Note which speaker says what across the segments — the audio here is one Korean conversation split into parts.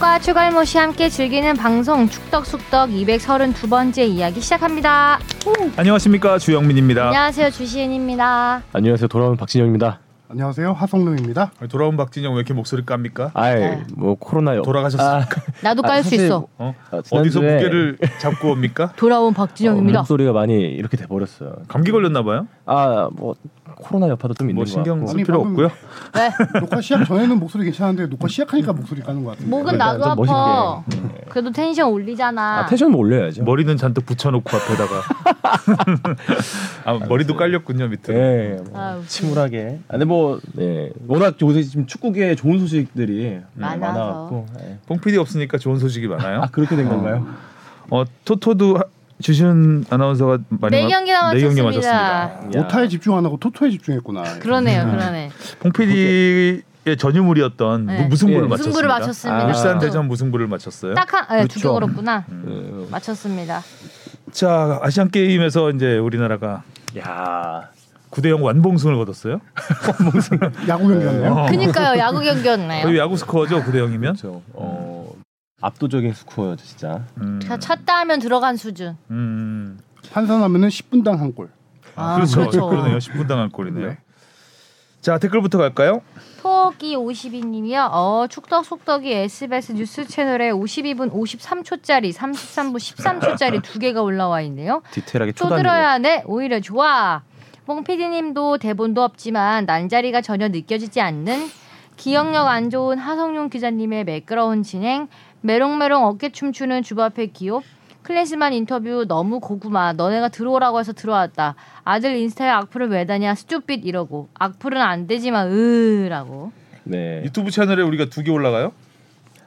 Speaker 1: 와 추갈모 씨 함께 즐기는 방송 축덕숙덕 232번째 이야기 시작합니다.
Speaker 2: 안녕하십니까 주영민입니다.
Speaker 1: 안녕하세요 주시은입니다.
Speaker 3: 안녕하세요. 돌아온 박진영입니다.
Speaker 4: 안녕하세요 화성룡입니다.
Speaker 2: 돌아온 박진영 왜 이렇게 목소리 깝니까?
Speaker 3: 아이,
Speaker 1: 네.
Speaker 3: 뭐 코로나
Speaker 2: 돌아가셨습니까?
Speaker 1: 나도 깔 수 있어.
Speaker 2: 어?
Speaker 3: 아,
Speaker 2: 어디서
Speaker 3: 지난주에
Speaker 2: 무게를 잡고 옵니까?
Speaker 1: 돌아온
Speaker 3: 어,
Speaker 1: 박진영입니다.
Speaker 3: 목소리가 많이 이렇게 돼 버렸어요.
Speaker 2: 감기 걸렸나 봐요.
Speaker 3: 아, 뭐 코로나 여파도 좀 있는
Speaker 2: 뭐
Speaker 3: 것
Speaker 2: 신경
Speaker 3: 같고.
Speaker 2: 쓸
Speaker 4: 아니,
Speaker 2: 필요
Speaker 4: 방금-
Speaker 2: 없고요.
Speaker 1: 네.
Speaker 4: 녹화 시작 전에는 목소리 괜찮은데 녹화 시작하니까 목소리 까는 것 같아요.
Speaker 1: 목은 나도
Speaker 3: 좀
Speaker 1: 아파.
Speaker 3: 멋있게.
Speaker 1: 그래도 텐션 올리잖아.
Speaker 3: 아, 텐션 올려야죠.
Speaker 2: 머리는 잔뜩 붙여놓고 앞에다가 아, 머리도 깔렸군요 밑에.
Speaker 3: 예. 뭐
Speaker 1: 아, 웃기네.
Speaker 3: 침울하게. 아, 근데 뭐
Speaker 1: 네.
Speaker 3: 예. 워낙 요새 지금 축구계에 좋은 소식들이 예,
Speaker 1: 많아서.
Speaker 3: 많아 갖고. 예.
Speaker 2: 뽕 PD 없으니까 좋은 소식이 많아요.
Speaker 3: 아, 그렇게 된 건가요?
Speaker 2: 어 토토도 하- 주신 아나운서가 많이
Speaker 1: 네
Speaker 2: 맞-
Speaker 1: 경기나
Speaker 2: 네 경기
Speaker 1: 맞췄습니다.
Speaker 2: 맞췄습니다.
Speaker 4: 오타에 집중 안 하고 토토에 집중했구나.
Speaker 3: 음.
Speaker 1: 그러네요, 그러네요.
Speaker 2: 뽕 PD의 전유물이었던
Speaker 1: 네.
Speaker 2: 무- 무승부를
Speaker 3: 예.
Speaker 2: 맞췄습니다.
Speaker 1: 승부를 맞췄습니다.
Speaker 3: 아.
Speaker 2: 울산
Speaker 1: 또.
Speaker 2: 대전 무승부를 맞췄어요.
Speaker 1: 딱 한, 네, 두개
Speaker 3: 그렇죠.
Speaker 1: 걸었구나.
Speaker 2: 어.
Speaker 3: 음.
Speaker 1: 맞췄습니다.
Speaker 2: 자 아시안 게임에서 이제 우리나라가
Speaker 3: 야.
Speaker 2: 9대0 완봉승을 거뒀어요.
Speaker 4: 야구 경기였네요.
Speaker 2: 어.
Speaker 1: 그니까요, 야구
Speaker 2: 거의
Speaker 3: 예.
Speaker 1: 경기였네요.
Speaker 2: 야구 스코어죠 9대0이면.
Speaker 3: 그렇죠. 어.
Speaker 2: 음.
Speaker 3: 압도적인 스코어였죠, 진짜.
Speaker 1: 자, 찼다 하면 들어간 수준.
Speaker 2: 음.
Speaker 4: 환산하면은 10분당 한 골.
Speaker 1: 아,
Speaker 2: 그렇죠.
Speaker 1: 그렇죠.
Speaker 2: 그러네요. 10분 당한 골이네요.
Speaker 4: 네.
Speaker 2: 자 댓글부터 갈까요?
Speaker 3: 네.
Speaker 1: 토끼 52님이요. 어, 축덕 속덕이 SBS 뉴스 채널에 52분 53초짜리, 33분 13초짜리 두 개가 올라와 있네요.
Speaker 3: 디테일하게
Speaker 1: 또
Speaker 3: 초단으로.
Speaker 1: 들어야 하네. 오히려 좋아. 뽕피디님도 대본도 없지만 난자리가 전혀 느껴지지 않는 기억력 안 좋은 하성룡 기자님의 매끄러운 진행, 메롱메롱 어깨 춤추는 주바페 기업, 클래스만 인터뷰 너무 고구마. 너네가 들어오라고 해서 들어왔다. 아들 인스타에 악플을 왜 다냐? 스튜핏 이러고 악플은 안 되지만 으라고.
Speaker 3: 네.
Speaker 2: 유튜브 채널에 우리가 두 개 올라가요?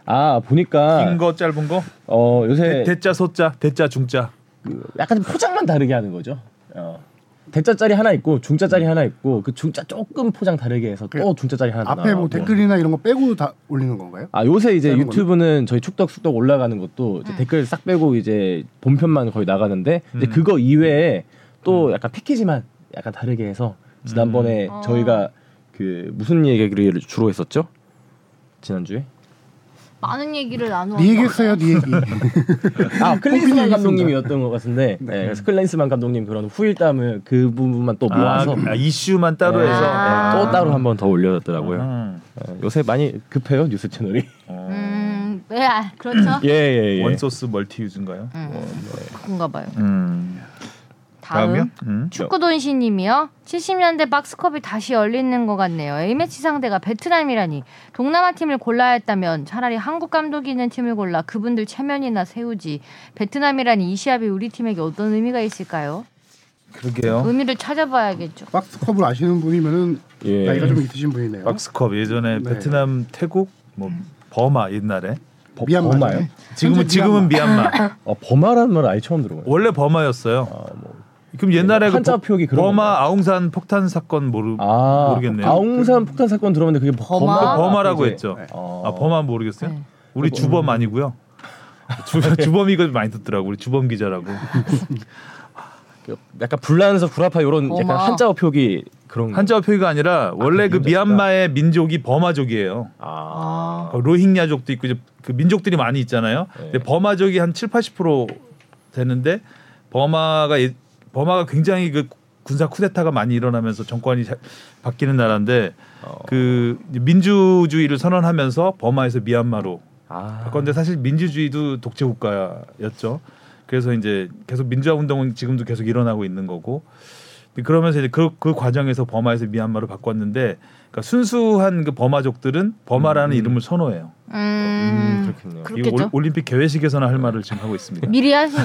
Speaker 3: 아, 보니까
Speaker 2: 긴 거 짧은 거?
Speaker 3: 어,
Speaker 2: 대,
Speaker 3: 요새
Speaker 2: 대자 소자 대자 중자.
Speaker 3: 그 약간 좀 포장만 다르게 하는 거죠. 어. 대짜짜리 하나 있고 중짜짜리
Speaker 4: 음.
Speaker 3: 하나 있고 그 중짜 조금 포장 다르게 해서 또 중짜짜리 하나
Speaker 4: 앞에 뭐
Speaker 3: 나가고.
Speaker 4: 댓글이나 이런 거 빼고 다 올리는 건가요?
Speaker 3: 아 요새 이제
Speaker 4: 다른
Speaker 3: 유튜브는 저희 축덕숙덕 올라가는 것도 이제 댓글 싹 빼고 이제 본편만 거의 나가는데 이제
Speaker 2: 음.
Speaker 3: 그거 이외에
Speaker 4: 음.
Speaker 3: 또 약간 패키지만 약간 다르게 해서 지난번에
Speaker 1: 음.
Speaker 3: 저희가 그 무슨 얘기를 주로 했었죠? 지난주에
Speaker 1: 많은 얘기를 나누어.
Speaker 4: 네 얘기했어요, 네 얘기.
Speaker 3: 아 클린스만
Speaker 4: 얘기했습니다.
Speaker 3: 감독님이었던 것 같은데 네, 그래서 클린스만 감독님 그런 후일담을 그 부분만 또 모아서
Speaker 4: 그
Speaker 2: 아, 아, 이슈만 따로
Speaker 3: 네.
Speaker 2: 해서. 예.
Speaker 1: 아.
Speaker 3: 또 따로 한 번 더 올려놨더라고요.
Speaker 2: 음.
Speaker 3: 어, 요새 많이 급해요 뉴스 채널이.
Speaker 2: 어.
Speaker 1: 음, 네, 아, 그렇죠. 음,
Speaker 3: 예예
Speaker 2: 원소스 멀티 유즈인가요?
Speaker 1: 그런가 봐요.
Speaker 2: 음.
Speaker 1: 다음.
Speaker 2: 다음이요? 음.
Speaker 1: 축구돈시님이요. 70년대 박스컵이 다시 열리는 것 같네요. A매치 상대가 베트남이라니. 동남아 팀을 골라야 했다면 차라리 한국 감독이 있는 팀을 골라 그분들 체면이나 세우지. 베트남이라니 이 시합이 우리 팀에게 어떤 의미가 있을까요?
Speaker 2: 그러게요.
Speaker 1: 의미를 찾아봐야겠죠.
Speaker 4: 박스컵을 아시는 분이면은
Speaker 3: 예.
Speaker 4: 나이가 좀 있으신 분이네요.
Speaker 2: 박스컵 예전에
Speaker 4: 네.
Speaker 2: 베트남, 태국, 뭐 버마 옛날에.
Speaker 3: 버-
Speaker 4: 미얀마죠.
Speaker 3: 버마요?
Speaker 2: 지금은 지금은 미얀마.
Speaker 3: 어, 버마라는 말 아예 처음 들어봐요.
Speaker 2: 원래 버마였어요. 그럼 옛날에 그
Speaker 3: 아, 뭐. 한자
Speaker 2: 버-
Speaker 3: 표기 그런
Speaker 2: 버마 아웅산 폭탄 사건 모르
Speaker 3: 아
Speaker 2: 모르겠네요.
Speaker 3: 아웅산 폭탄 사건 들어봤는데 그게 뭐 버마
Speaker 1: 버마?
Speaker 2: 버마라고 했죠.
Speaker 3: 어. 그, 음.
Speaker 2: 아 범아 모르겠어요?
Speaker 1: 네.
Speaker 2: 우리 주범 아니고요. 주, 주범 이거 많이 듣더라고 우리 주범 기자라고.
Speaker 3: 그 약간 불란서 구라파 이런 약간
Speaker 1: 버마.
Speaker 3: 한자어 표기 그런 거.
Speaker 2: 한자어 표기가 아니라 원래 그
Speaker 3: 민족이다.
Speaker 2: 미얀마의 민족이 버마족이에요.
Speaker 3: 아.
Speaker 2: 어, 로힝야족도 있고 이제 그 민족들이 많이 있잖아요.
Speaker 3: 네.
Speaker 2: 근데 버마족이 한 7, 80% 되는데 버마가 예- 버마가 굉장히 그 군사 쿠데타가 많이 일어나면서 정권이 자- 바뀌는 나라인데
Speaker 3: 어.
Speaker 2: 그 민주주의를 선언하면서 버마에서 미얀마로
Speaker 3: 아.
Speaker 2: 그런데 사실 민주주의도 독재 국가였죠. 그래서 이제 계속 민주화 운동은 지금도 계속 일어나고 있는 거고 그러면서 이제 그, 그 과정에서 버마에서 미얀마로 바꿨는데 그러니까 순수한 그 버마족들은 버마라는 이름을 선호해요.
Speaker 3: 음,
Speaker 1: 음,
Speaker 3: 그렇군요.
Speaker 2: 이
Speaker 1: 그렇겠죠.
Speaker 2: 올- 올림픽 개회식에서나 할 말을 지금 하고 있습니다.
Speaker 1: 미리 하시,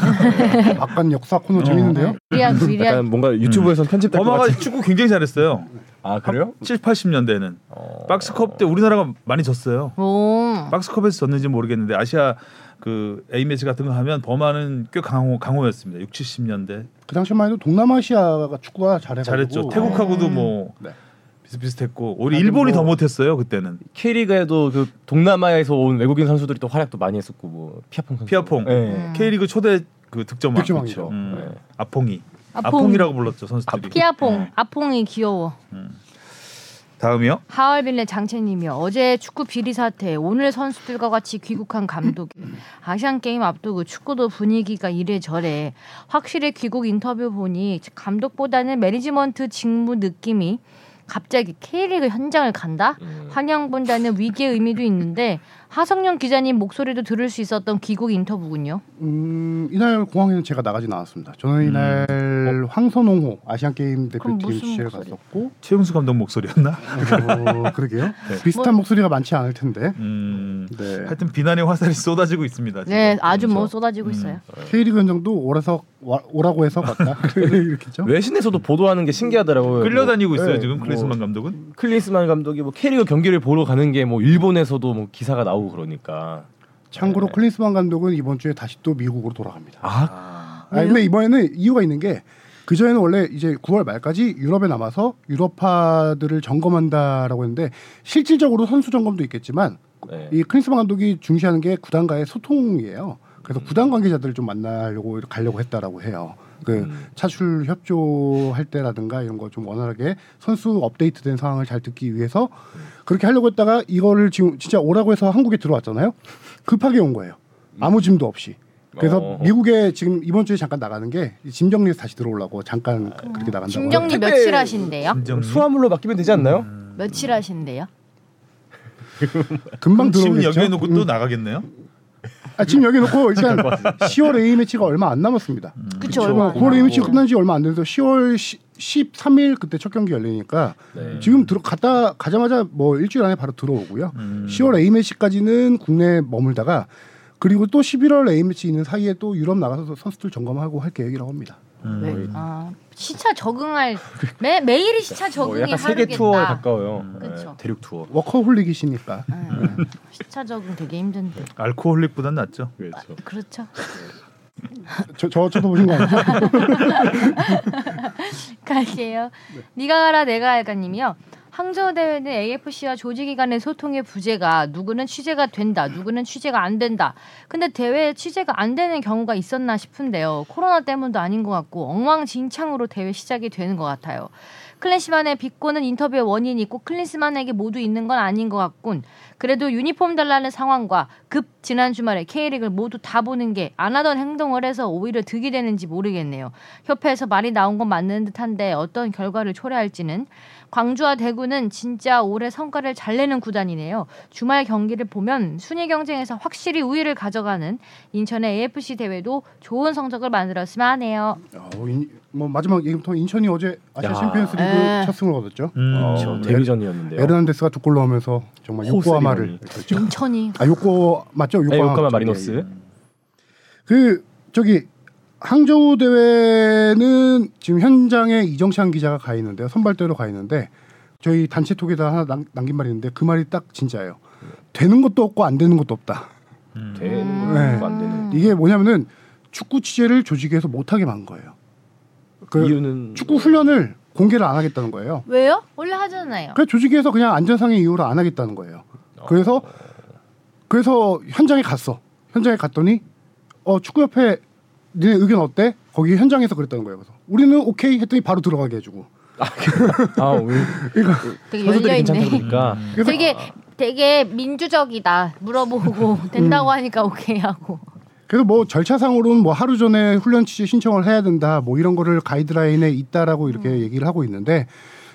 Speaker 4: 아까 역사
Speaker 2: 어.
Speaker 4: 코너
Speaker 2: 네.
Speaker 4: 재밌는데요?
Speaker 1: 미리 하, 미리 하.
Speaker 3: 약간 뭔가
Speaker 2: 음.
Speaker 3: 유튜브에서 편집될 것
Speaker 2: 버마가
Speaker 3: 같은.
Speaker 2: 축구 굉장히 잘했어요.
Speaker 3: 아 그래요?
Speaker 2: 7, 80년대는 박스컵 때 우리나라가 많이 졌어요.
Speaker 1: 오,
Speaker 2: 박스컵에서 졌는지 모르겠는데 아시아 그 A 매치 같은 거 하면 버마는 꽤 강호 강호였습니다. 6, 70년대
Speaker 4: 그 당시만 해도 동남아시아가 축구가 잘해가지고
Speaker 2: 잘했죠. 태국하고도 뭐
Speaker 4: 네.
Speaker 2: 비슷비슷했고 우리
Speaker 4: 아니,
Speaker 2: 일본이
Speaker 4: 뭐- 음.
Speaker 2: 더 못했어요 그때는.
Speaker 3: K리그에도 그 동남아에서 온 외국인 선수들이 또 활약도 많이 했었고 뭐 피아퐁 선수.
Speaker 2: 피아퐁.
Speaker 1: 음.
Speaker 3: 예.
Speaker 2: K리그 초대 그 득점왕.
Speaker 4: 네. 득점왕이죠.
Speaker 2: 음,
Speaker 3: 네.
Speaker 2: 아퐁이.
Speaker 1: 아퐁. 아,
Speaker 2: 아퐁. 이라고 불렀죠 선수들이.
Speaker 1: 피아퐁, 아퐁이 귀여워.
Speaker 2: 다음이요.
Speaker 1: 하얼빈의 장채님이 요 어제 축구 비리 사태, 오늘 선수들과 같이 귀국한 감독이 아시안 게임 앞두고 축구도 분위기가 이래저래 확실히 귀국 인터뷰 보니 감독보다는 매니지먼트 직무 느낌이 갑자기 K리그 현장을 간다?
Speaker 2: 음.
Speaker 1: 환영본다는 위기의 의미도 있는데 하성룡 기자님 목소리도 들을 수 있었던 귀국 인터뷰군요.
Speaker 4: 음, 이날 공항에는 제가 나가진 않았습니다. 저는 이날 황선홍호 아시안 게임
Speaker 1: 그럼
Speaker 4: 대표팀
Speaker 1: 무슨
Speaker 4: 취재를
Speaker 1: 목소리? 네.
Speaker 4: 갔었고
Speaker 2: 최용수 감독 목소리였나?
Speaker 4: 어, 그러게요. 비슷한
Speaker 1: 뭐?
Speaker 4: 목소리가 많지 않을 텐데.
Speaker 2: 음,
Speaker 4: 네.
Speaker 2: 하여튼 비난의 화살이 쏟아지고 있습니다. 지금.
Speaker 1: 네, 아주 뭐
Speaker 2: 그렇죠. 그래서.
Speaker 1: 쏟아지고 있어요.
Speaker 4: K리그 현장도 오라서 와- 오라고 해서 갔다. 이렇게죠.
Speaker 3: 네.
Speaker 5: 외신에서도 보도하는 게 신기하더라고요.
Speaker 2: 끌려다니고 있어요
Speaker 5: 네,
Speaker 2: 지금
Speaker 5: 뭐
Speaker 2: 클리스만 감독은.
Speaker 5: 클리스만 감독이 뭐 캐리어 경기를 보러 가는 게 뭐 일본에서도 뭐 기사가 나오고 그러니까.
Speaker 4: 참고로
Speaker 5: 네.
Speaker 4: 클린스만 감독은 이번 주에 다시 또 미국으로 돌아갑니다.
Speaker 5: 아,
Speaker 4: 아니, 근데 이번에는 이유가 있는 게 그전에는 원래 이제 9월 말까지 유럽에 남아서 유럽파들을 점검한다라고 했는데 실질적으로 선수 점검도 있겠지만
Speaker 5: 네.
Speaker 4: 이 크리스만 감독이 중시하는 게 구단과의 소통이에요.
Speaker 2: 음.
Speaker 4: 그래서 구단 관계자들을 좀 만나려고 이렇게 가려고 했다라고 해요. 그
Speaker 5: 음.
Speaker 4: 차출 협조할 때라든가 이런 거 좀 원활하게 선수 업데이트된 상황을 잘 듣기 위해서
Speaker 2: 음.
Speaker 4: 그렇게 하려고 했다가 이거를 지금 진짜 오라고 해서 한국에 들어왔잖아요. 급하게 온 거예요.
Speaker 2: 음.
Speaker 4: 아무 짐도 없이. 그래서
Speaker 5: 어.
Speaker 4: 미국에 지금 이번 주에 잠깐 나가는 게 짐 정리해서 다시 들어오려고 잠깐
Speaker 2: 아.
Speaker 4: 그렇게 나간다고.
Speaker 1: 김정리
Speaker 5: 택배-
Speaker 1: 며칠 하신대요?
Speaker 2: 김정민.
Speaker 5: 수화물로 맡기면 되지 않나요?
Speaker 2: 음.
Speaker 5: 뭐
Speaker 1: 며칠 하신대요?
Speaker 4: 금방
Speaker 2: 그럼 지금
Speaker 4: 들어오겠죠.
Speaker 2: 여기에 놓고 네,
Speaker 4: 음.
Speaker 2: 또 나가겠네요.
Speaker 4: 아, 지금 여기 놓고 일단 10월 A 매치가 얼마 안 남았습니다.
Speaker 2: 음.
Speaker 1: 그쵸, 얼마
Speaker 4: 얼마
Speaker 1: 안
Speaker 4: 9월 A 매치
Speaker 1: 남았고.
Speaker 4: 끝난 지 얼마 안 돼서 10월 13일 그때 첫 경기 열리니까
Speaker 5: 네.
Speaker 4: 지금 들어 갔다 가자마자 뭐 일주일 안에 바로 들어오고요.
Speaker 2: 음.
Speaker 4: 10월 A 매치까지는 국내에 머물다가 그리고 또 11월 A 매치 있는 사이에 또 유럽 나가서 선수들 점검하고 할 계획이라고 합니다.
Speaker 2: 음.
Speaker 1: 왜? 아, 시차 적응할 매 매일이 시차
Speaker 5: 뭐
Speaker 1: 적응이
Speaker 5: 약간 세계
Speaker 1: 하루겠다.
Speaker 5: 투어에 가까워요.
Speaker 2: 음.
Speaker 1: 그쵸.
Speaker 5: 네, 대륙 투어.
Speaker 4: 워커홀릭이시니까.
Speaker 5: 네.
Speaker 1: 응. 시차 적응 되게 힘든데.
Speaker 2: 알코올릭보단 낫죠.
Speaker 4: 네.
Speaker 5: 그렇죠.
Speaker 1: 그렇죠.
Speaker 4: 저, 저 쳐다보신 거 아니에요?
Speaker 1: 갈게요. 네가 가라 내가 할까님이요. 항저우 대회는 AFC와 조직이 간의 소통의 부재가 누구는 취재가 된다, 누구는 취재가 안 된다. 근데 대회에 취재가 안 되는 경우가 있었나 싶은데요. 코로나 때문도 아닌 것 같고 엉망진창으로 대회 시작이 되는 것 같아요. 클린스만의 비꼬는 인터뷰의 원인이 꼭 클린스만에게 모두 있는 건 아닌 것 같군. 그래도 유니폼 달라는 상황과 급 지난 주말에 K리그를 모두 다 보는 게 안 하던 행동을 해서 오히려 득이 되는지 모르겠네요. 협회에서 말이 나온 건 맞는 듯한데 어떤 결과를 초래할지는 광주와 대구는 진짜 올해 성과를 잘 내는 구단이네요. 주말 경기를 보면 순위 경쟁에서 확실히 우위를 가져가는 인천의 AFC 대회도 좋은 성적을 만들었으면 하네요.
Speaker 4: 어, 인- 뭐 마지막 얘기부터 인천이 어제 아시아
Speaker 5: 야.
Speaker 4: 챔피언스리그
Speaker 1: 에.
Speaker 4: 첫 승을 얻었죠.
Speaker 2: 음.
Speaker 5: 어,
Speaker 2: 그렇죠.
Speaker 5: 데뷔전이었는데요.
Speaker 4: 에르난데스가 두 골 넣으면서 정말
Speaker 5: 네. 호우
Speaker 4: 요코하마를
Speaker 5: 세리머니.
Speaker 4: 했죠.
Speaker 1: 인천이
Speaker 4: 아 요코 맞죠?
Speaker 5: 네, 요코하마
Speaker 4: 맞죠?
Speaker 5: 마리노스.
Speaker 4: 예, 예.
Speaker 2: 음.
Speaker 4: 그 저기 항저우 대회는 지금 현장에 이정찬 기자가 가 있는데요. 선발대로 가 있는데 저희 단체 톡에다 하나 남, 남긴 말이 있는데 그 말이 딱 진짜예요. 되는 것도 없고 안 되는 것도 없다.
Speaker 2: 음.
Speaker 5: 되는
Speaker 1: 음.
Speaker 5: 거안 되는.
Speaker 4: 이게 뭐냐면은 축구 취재를 조직에서 못하게 만 거예요. 그
Speaker 5: 이유는
Speaker 4: 축구 훈련을 공개를 안 하겠다는 거예요.
Speaker 1: 왜요? 원래 하잖아요.
Speaker 4: 그래서 조직에서 그냥 안전상의 이유로 안 하겠다는 거예요.
Speaker 2: 어.
Speaker 4: 그래서 그래서 현장에 갔어. 현장에 갔더니 어 축구협회 니네 의견 어때? 거기 현장에서 그랬다는 거예요. 그래서 우리는 오케이 했더니 바로 들어가게 해주고.
Speaker 5: 아 우리
Speaker 1: 되게
Speaker 5: 선수들이
Speaker 1: 열려
Speaker 5: 괜찮다
Speaker 1: 있네.
Speaker 5: 그러니까
Speaker 2: 음.
Speaker 4: 그래서
Speaker 1: 되게 되게 민주적이다. 물어보고
Speaker 5: 음.
Speaker 1: 된다고 하니까 오케이 하고.
Speaker 4: 그래서 뭐 절차상으로는 뭐 하루 전에 훈련 취지 신청을 해야 된다. 뭐 이런 거를 가이드라인에 있다라고 이렇게
Speaker 2: 음.
Speaker 4: 얘기를 하고 있는데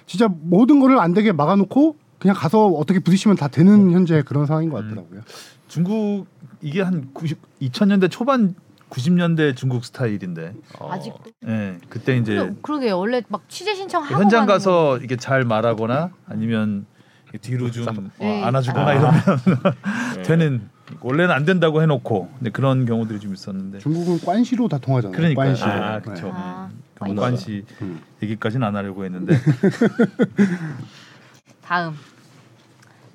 Speaker 4: 진짜 모든 거를 안 되게 막아놓고 그냥 가서 어떻게 부딪히면 다
Speaker 2: 음.
Speaker 4: 되는 현재 그런 상황인 것 같더라고요.
Speaker 2: 중국 이게 한 90, 2000년대 초반 90년대 중국 스타일인데.
Speaker 5: 어,
Speaker 1: 아직도
Speaker 2: 예. 그때 이제
Speaker 1: 그러- 그러게 원래 막 취재 신청하고
Speaker 2: 현장
Speaker 1: 가는 거.
Speaker 2: 가서 이게 잘 말하거나 아니면 이렇게 뒤로 좀
Speaker 1: 네.
Speaker 2: 어, 안아주거나
Speaker 5: 아.
Speaker 2: 이러면
Speaker 5: 네.
Speaker 2: 되는 원래는 안 된다고 해놓고 근데 그런 경우들이 좀 있었는데
Speaker 4: 중국은 관시로 다 통하잖아요.
Speaker 2: 그러니까
Speaker 4: 관시.
Speaker 2: 아 그렇죠.
Speaker 1: 아,
Speaker 2: 네. 관시
Speaker 4: 네. 음.
Speaker 2: 얘기까지는 안 하려고 했는데
Speaker 1: 다음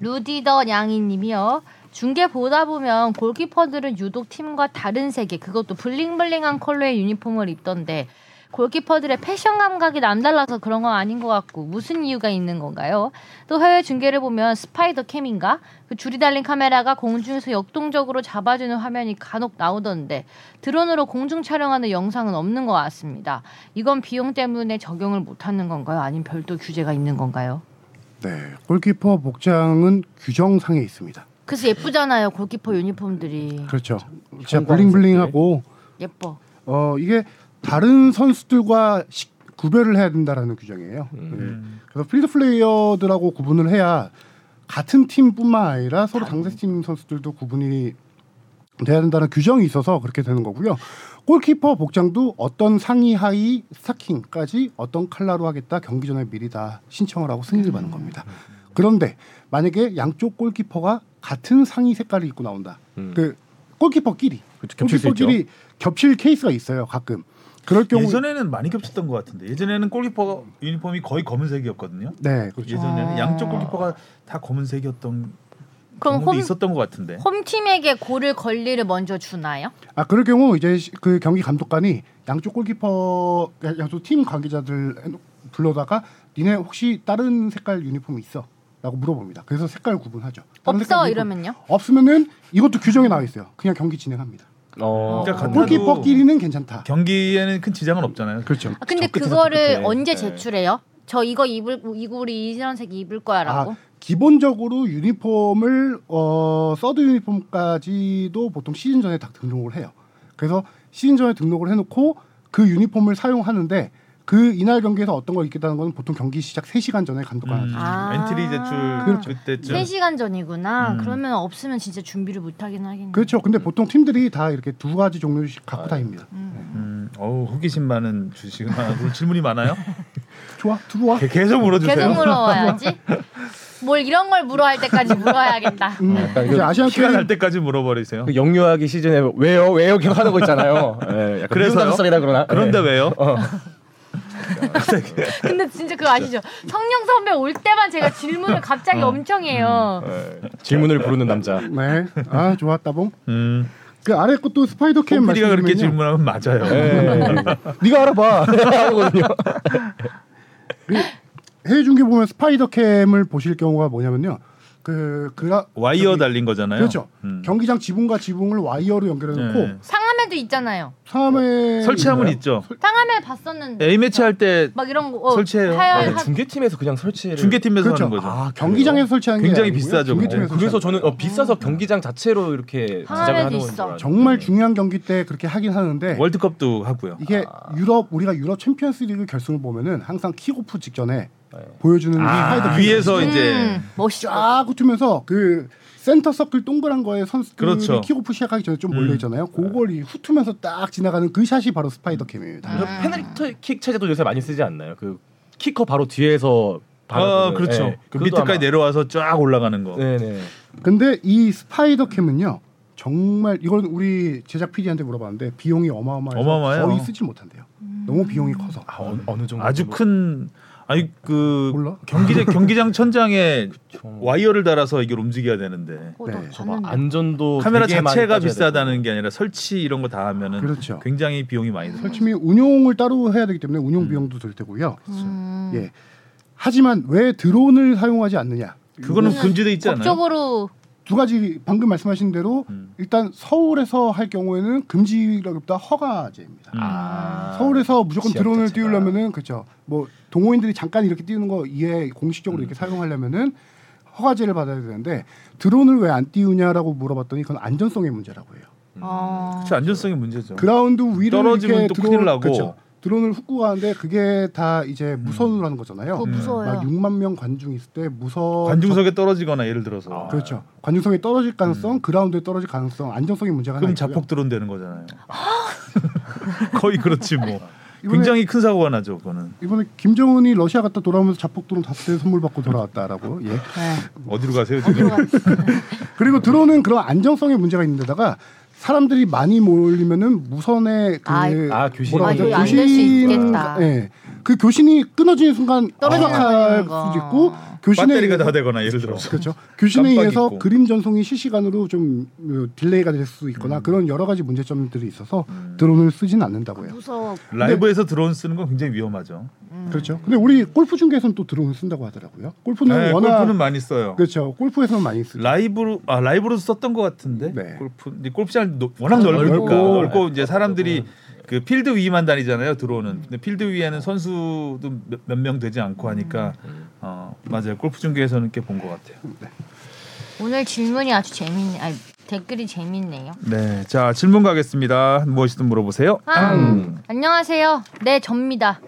Speaker 1: 루디더 양이님이요. 중계 보다 보면 골키퍼들은 유독 팀과 다른 세계 그것도 블링블링한 컬러의 유니폼을 입던데 골키퍼들의 패션 감각이 남달라서 그런 건 아닌 것 같고 무슨 이유가 있는 건가요? 또 해외 중계를 보면 스파이더 캠인가 그 줄이 달린 카메라가 공중에서 역동적으로 잡아주는 화면이 간혹 나오던데 드론으로 공중 촬영하는 영상은 없는 것 같습니다. 이건 비용 때문에 적용을 못하는 건가요? 아니면 별도 규제가 있는 건가요?
Speaker 4: 네, 골키퍼 복장은 규정상에 있습니다.
Speaker 1: 그래서 예쁘잖아요. 골키퍼 유니폼들이
Speaker 4: 그렇죠. 네. 진짜 블링블링하고
Speaker 1: 예뻐.
Speaker 4: 어 이게 다른 선수들과 시- 구별을 해야 된다라는 규정이에요. 네. 그래서 필드 플레이어들하고 구분을 해야 같은 팀뿐만 아니라 서로 상대팀 선수들도 구분이 돼야 된다는 규정이 있어서 그렇게 되는 거고요. 골키퍼 복장도 어떤 상의 하의 스타킹까지 어떤 컬러로 하겠다 경기 전에 미리 다 신청을 하고 승인을
Speaker 5: 음.
Speaker 4: 받는 겁니다. 그런데 만약에 양쪽 골키퍼가 같은 상의 색깔을 입고 나온다. 그 골키퍼끼리
Speaker 5: 음. 그렇죠, 겹칠 수
Speaker 4: 골키퍼끼리 겹칠 케이스가 있어요. 가끔 그럴 경우
Speaker 2: 예전에는 많이 겹쳤던 것 같은데 예전에는 골키퍼 유니폼이 거의 검은색이었거든요.
Speaker 4: 네 그렇죠.
Speaker 2: 예전에는
Speaker 1: 아.
Speaker 2: 양쪽 골키퍼가 다 검은색이었던
Speaker 1: 그럼
Speaker 2: 경우도
Speaker 1: 홈
Speaker 2: 있었던 것 같은데.
Speaker 1: 홈팀에게 골을 걸리를 먼저 주나요?
Speaker 4: 아 그럴 경우 이제 시- 그 경기 감독관이 양쪽 골키퍼 양쪽 팀 관계자들 해놓- 불러다가 니네 혹시 다른 색깔 유니폼 있어? 라고 물어봅니다. 그래서 색깔 구분하죠. 다른 색깔
Speaker 1: 없어
Speaker 4: 유니폼-
Speaker 1: 이러면요?
Speaker 4: 없으면은 이것도 규정에 나와 있어요. 그냥 경기 진행합니다.
Speaker 5: 어.
Speaker 2: 그러니까 같은 골키-
Speaker 4: 골키퍼끼리는 괜찮다.
Speaker 2: 경기에는 큰 지장은 없잖아요.
Speaker 4: 그렇죠.
Speaker 1: 아, 근데
Speaker 2: 적게
Speaker 1: 그거를
Speaker 2: 적게.
Speaker 1: 언제
Speaker 2: 네.
Speaker 1: 제출해요? 저 이거 입을 이구리 이선색 입을 거야라고.
Speaker 4: 아, 기본적으로 유니폼을 어, 서드 유니폼까지도 보통 시즌 전에 다 등록을 해요. 그래서 시즌 전에 등록을 해놓고 그 유니폼을 사용하는데 그 이날 경기에서 어떤 걸 입겠다는 건 보통 경기 시작 3시간 전에 감독관한테
Speaker 2: 음,
Speaker 1: 아.
Speaker 2: 엔트리 제출
Speaker 1: 그렇죠.
Speaker 2: 그때쯤
Speaker 1: 세 시간 전이구나.
Speaker 2: 음.
Speaker 1: 그러면 없으면 진짜 준비를 못 하긴 하겠네.
Speaker 4: 그렇죠. 근데 보통 팀들이 다 이렇게 두 가지 종류씩 갖고 다닙니다.
Speaker 1: 음.
Speaker 2: 아, 음, 어우 호기심 많은 주식이나 오늘 질문이 많아요.
Speaker 4: 좋아, 들어와.
Speaker 2: 게- 계속 물어주세요.
Speaker 1: 계속 물어봐야지. 뭘 이런 걸 물어할 때까지 물어야겠다.
Speaker 4: 음,
Speaker 5: 약간
Speaker 4: 이제
Speaker 5: 그
Speaker 4: 아시안
Speaker 2: 시간 날
Speaker 4: 게임
Speaker 2: 때까지 물어버리세요.
Speaker 5: 그 영유아기 시즌에 왜요 왜요 계속 하는 거 있잖아요. 예, 약간 미운
Speaker 2: 그래서요?
Speaker 5: 다섯 살이라
Speaker 3: 아,
Speaker 5: 그러나.
Speaker 2: 그런데
Speaker 3: 네.
Speaker 5: 예.
Speaker 2: 왜요?
Speaker 5: 어.
Speaker 2: 네.
Speaker 1: 근데 진짜 그거 아시죠? 성령 선배 올 때만 제가 질문을
Speaker 2: 어.
Speaker 1: 갑자기 엄청 해요.
Speaker 2: 음.
Speaker 5: 예. 질문을 부르는 남자.
Speaker 4: 네. 아, 좋아, 따봉.
Speaker 2: 음,
Speaker 4: 그 아래 것도 스파이더 캠
Speaker 2: 홈피디가 그렇게
Speaker 4: 말씀드리면요.
Speaker 2: 질문하면 맞아요.
Speaker 3: 네.
Speaker 5: 네가 알아봐. 하거든요.
Speaker 4: 해외 중계 보면 스파이더 캠을 보실 경우가 뭐냐면요. 그 그라
Speaker 2: 와이어
Speaker 4: 저기-
Speaker 2: 달린 거잖아요.
Speaker 4: 그렇죠.
Speaker 2: 음.
Speaker 4: 경기장 지붕과 지붕을 와이어로 연결해
Speaker 2: 예.
Speaker 4: 놓고
Speaker 1: 상암에도 있잖아요.
Speaker 4: 상암에
Speaker 2: 어, 설치함은 있죠.
Speaker 1: 상암에 봤었는데
Speaker 2: A 매치 할 때
Speaker 1: 막 이런 거 어,
Speaker 2: 설치해요.
Speaker 3: 아,
Speaker 1: 하야-
Speaker 2: 네,
Speaker 1: 하-
Speaker 5: 중계팀에서 그냥 설치를.
Speaker 3: 네.
Speaker 2: 중계팀에서
Speaker 4: 그렇죠.
Speaker 2: 하는 거죠.
Speaker 5: 아,
Speaker 4: 경기장에서 설치하는
Speaker 2: 굉장히
Speaker 4: 게 아니고요.
Speaker 2: 비싸죠, 그거.
Speaker 4: 경기장에서 설치하는
Speaker 5: 그래서
Speaker 4: 거예요.
Speaker 5: 저는 어, 비싸서 경기장 자체로 이렇게
Speaker 1: 아,
Speaker 5: 제작을 하는
Speaker 1: 있어.
Speaker 5: 거라.
Speaker 4: 정말 중요한 경기 때 그렇게 하긴 하는데
Speaker 2: 월드컵도 아. 하고요.
Speaker 4: 네. 이게 유럽 우리가 유럽 챔피언스리그 결승을 보면은 항상 킥오프 직전에
Speaker 5: 네.
Speaker 4: 보여주는 이 네.
Speaker 2: 아,
Speaker 4: 하이드
Speaker 2: 위에서 이제
Speaker 1: 음, 멋있죠.
Speaker 4: 쫙 훑으면서 그 센터 서클 동그란 거에 선수들이
Speaker 2: 그렇죠.
Speaker 4: 킥오프 시작하기 전에 좀
Speaker 2: 음.
Speaker 4: 몰려 있잖아요. 그걸 이 훑으면서 딱 지나가는 그 샷이 바로 스파이더 캠입니다.
Speaker 5: 그래서 페널티킥 체제도 요새 많이 쓰지 않나요? 그 키커 바로 뒤에서. 네.
Speaker 2: 아, 그렇죠. 그 밑에까지 내려와서 쫙 올라가는 거.
Speaker 5: 네네.
Speaker 4: 근데 이 스파이더 캠은요. 정말 이건 우리 제작 PD한테 물어봤는데 비용이 어마어마해서
Speaker 2: 어마어마해요.
Speaker 4: 거의 쓰지 못한대요. 너무 비용이 커서.
Speaker 5: 아, 어, 어느 정도.
Speaker 2: 아주 네. 큰 아니 그
Speaker 4: 몰라?
Speaker 2: 경기장 경기장 천장에
Speaker 5: 정-
Speaker 2: 와이어를 달아서 이걸 움직여야 되는데
Speaker 1: 어, 나
Speaker 4: 네,
Speaker 5: 저거
Speaker 1: 봤는데.
Speaker 5: 안전도
Speaker 2: 카메라
Speaker 5: 되게 많이
Speaker 2: 자체가
Speaker 5: 따져야
Speaker 2: 비싸다는 게 아니라 설치 이런 거 다 하면은
Speaker 4: 그렇죠.
Speaker 2: 굉장히 비용이 많이 들어요.
Speaker 4: 설치미 운용을 따로 해야 되기 때문에 운용 비용도 들 테고요.
Speaker 1: 음,
Speaker 4: 예. 하지만 왜 드론을 사용하지 않느냐?
Speaker 2: 그거는 금지돼 있지 않아요?
Speaker 1: 법적으로
Speaker 4: 두 가지 방금 말씀하신 대로
Speaker 2: 음.
Speaker 4: 일단 서울에서 할 경우에는 금지라기보다 허가제입니다.
Speaker 2: 음.
Speaker 5: 아.
Speaker 4: 서울에서 무조건
Speaker 5: 지역
Speaker 4: 드론을
Speaker 5: 자체가.
Speaker 4: 띄우려면은 그렇죠. 뭐 동호인들이 잠깐 이렇게 띄우는 거 이해
Speaker 2: 음.
Speaker 4: 공식적으로 이렇게 사용하려면은 허가제를 받아야 되는데 드론을 왜 안 띄우냐라고 물어봤더니 그건 안전성의 문제라고 해요.
Speaker 1: 어,
Speaker 2: 음. 그쵸, 안전성이 문제죠.
Speaker 4: 그라운드 위로
Speaker 2: 떨어지면
Speaker 4: 이렇게
Speaker 2: 또
Speaker 4: 드론,
Speaker 2: 큰일 나고.
Speaker 4: 그렇죠. 드론을 훑고 가는데 그게 다 이제 무선으로 하는 거잖아요.
Speaker 1: 그거
Speaker 2: 음.
Speaker 1: 무서워요.
Speaker 4: 막 6만 명 관중 있을 때 무선
Speaker 2: 관중석에 떨어지거나 예를 들어서
Speaker 5: 아.
Speaker 4: 그렇죠. 관중성이 떨어질 가능성, 그라운드에 떨어질 가능성, 안전성의 문제가 하나
Speaker 2: 음. 그럼
Speaker 4: 있고요.
Speaker 2: 자폭 드론 되는 거잖아요. 거의 그렇지 뭐.
Speaker 4: 이번에-
Speaker 2: 굉장히 큰 사고가 나죠, 그거는.
Speaker 4: 이번에 김정은이 러시아 갔다 돌아오면서 자폭도로 다섯 대 선물 받고 돌아왔다라고. 예.
Speaker 1: 네.
Speaker 2: 어디로 가세요 지금?
Speaker 4: 아,
Speaker 1: 들어가-
Speaker 4: 그리고 드론은 그런 안정성의 문제가 있는데다가 사람들이 많이 몰리면은 무선의 그
Speaker 1: 아이.
Speaker 5: 아, 교신.
Speaker 4: 뭐라
Speaker 5: 아,
Speaker 4: 그러죠?
Speaker 5: 이거 안될수
Speaker 4: 교신
Speaker 1: 있겠다.
Speaker 4: 예. 그 교신이 끊어지는 순간 아,
Speaker 1: 떨어지는
Speaker 4: 추락할
Speaker 1: 거.
Speaker 4: 수도 있고 교신에
Speaker 2: 배터리가
Speaker 4: 의해서-
Speaker 2: 다 되거나 예를 들어서.
Speaker 4: 그렇죠. 교신에
Speaker 2: 깜빡
Speaker 4: 의해서
Speaker 2: 잊고.
Speaker 4: 그림 전송이 실시간으로 좀 어, 딜레이가 될 수 있거나
Speaker 2: 음.
Speaker 4: 그런 여러 가지 문제점들이 있어서 드론을 쓰진 않는다고요.
Speaker 1: 무서워.
Speaker 2: 라이브에서 드론 쓰는 건 굉장히 위험하죠.
Speaker 1: 음.
Speaker 4: 그렇죠. 근데 우리 골프 중계에서는 또 드론을 쓴다고 하더라고요. 골프는
Speaker 2: 네,
Speaker 4: 워낙
Speaker 2: 골프는 많이 써요.
Speaker 4: 그렇죠. 골프에서는 많이 쓰죠.
Speaker 2: 라이브로 아 라이브로 썼던 것 같은데
Speaker 4: 네.
Speaker 2: 골프 근데 골프장 노, 워낙
Speaker 4: 넓고.
Speaker 2: 아, 넓으니까 넓고,
Speaker 4: 넓고.
Speaker 2: 이제 사람들이 그 필드 위만 다니잖아요 들어오는 근데 필드 위에는 선수도 몇 명 되지 않고 하니까 어 맞아요. 골프 중계에서는 꽤 본 것 같아요.
Speaker 1: 오늘 질문이 아주 재밌네. 아니, 댓글이 재밌네요.
Speaker 2: 네, 자 질문 가겠습니다. 무엇이든 물어보세요.
Speaker 1: 아,
Speaker 2: 음.
Speaker 1: 안녕하세요. 네, 접니다.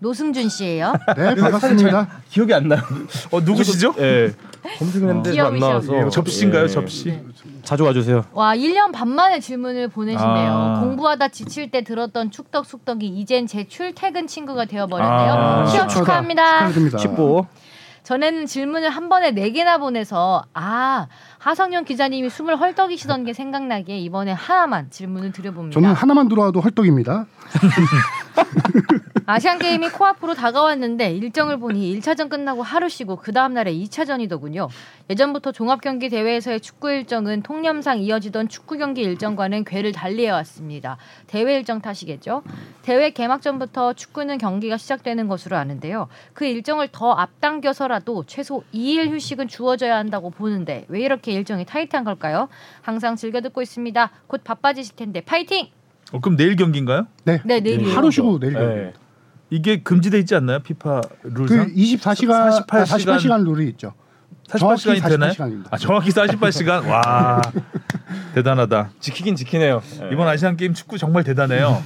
Speaker 1: 노승준 씨예요.
Speaker 4: 네, 반갑습니다.
Speaker 5: 기억이 안 나요. 네.
Speaker 2: 어 누구시죠? 예,
Speaker 3: 검색을 했는데 잘안
Speaker 1: 귀여우셔.
Speaker 3: 나와서
Speaker 2: 접시인가요?
Speaker 3: 예.
Speaker 2: 접시.
Speaker 3: 자주 와주세요.
Speaker 1: 와, 1년 반 만에 질문을 보내시네요.
Speaker 2: 아.
Speaker 1: 공부하다 지칠 때 들었던 축덕숙덕이 이젠 제 출퇴근 친구가 되어버렸네요.
Speaker 2: 아.
Speaker 1: 취업 축하합니다.
Speaker 4: 축하드립니다.
Speaker 3: 15.
Speaker 1: 전에는 질문을 한 번에 네개나 보내서 아, 하성룡 기자님이 숨을 헐떡이시던 게 생각나기에 이번에 하나만 질문을 드려봅니다.
Speaker 4: 저는 하나만 들어와도 헐떡입니다.
Speaker 1: 아시안 게임이 코앞으로 다가왔는데 일정을 보니 1차전 끝나고 하루 쉬고 그 다음 날에 2차전이더군요. 예전부터 종합 경기 대회에서의 축구 일정은 통념상 이어지던 축구 경기 일정과는 궤를 달리해 왔습니다. 대회 일정 탓이겠죠? 대회 개막전부터 축구는 경기가 시작되는 것으로 아는데요. 그 일정을 더 앞당겨서라도 최소 2일 휴식은 주어져야 한다고 보는데 왜 이렇게 일정이 타이트한 걸까요? 항상 즐겨 듣고 있습니다. 곧 바빠지실 텐데 파이팅!
Speaker 2: 어, 그럼 내일 경기인가요?
Speaker 4: 네.
Speaker 1: 네, 내일이요.
Speaker 4: 하루 쉬고 내일.
Speaker 5: 네.
Speaker 2: 예. 이게 금지돼 있지 않나요? 피파
Speaker 4: 그
Speaker 2: 룰상?
Speaker 4: 24시간
Speaker 2: 48
Speaker 4: 48시간, 48시간 룰이 있죠. 정확히
Speaker 2: 48시간이 되나요?
Speaker 4: 48시간입니다.
Speaker 2: 아, 정확히 48시간. 와. 대단하다.
Speaker 3: 지키긴 지키네요.
Speaker 2: 이번 아시안 게임 축구 정말 대단해요.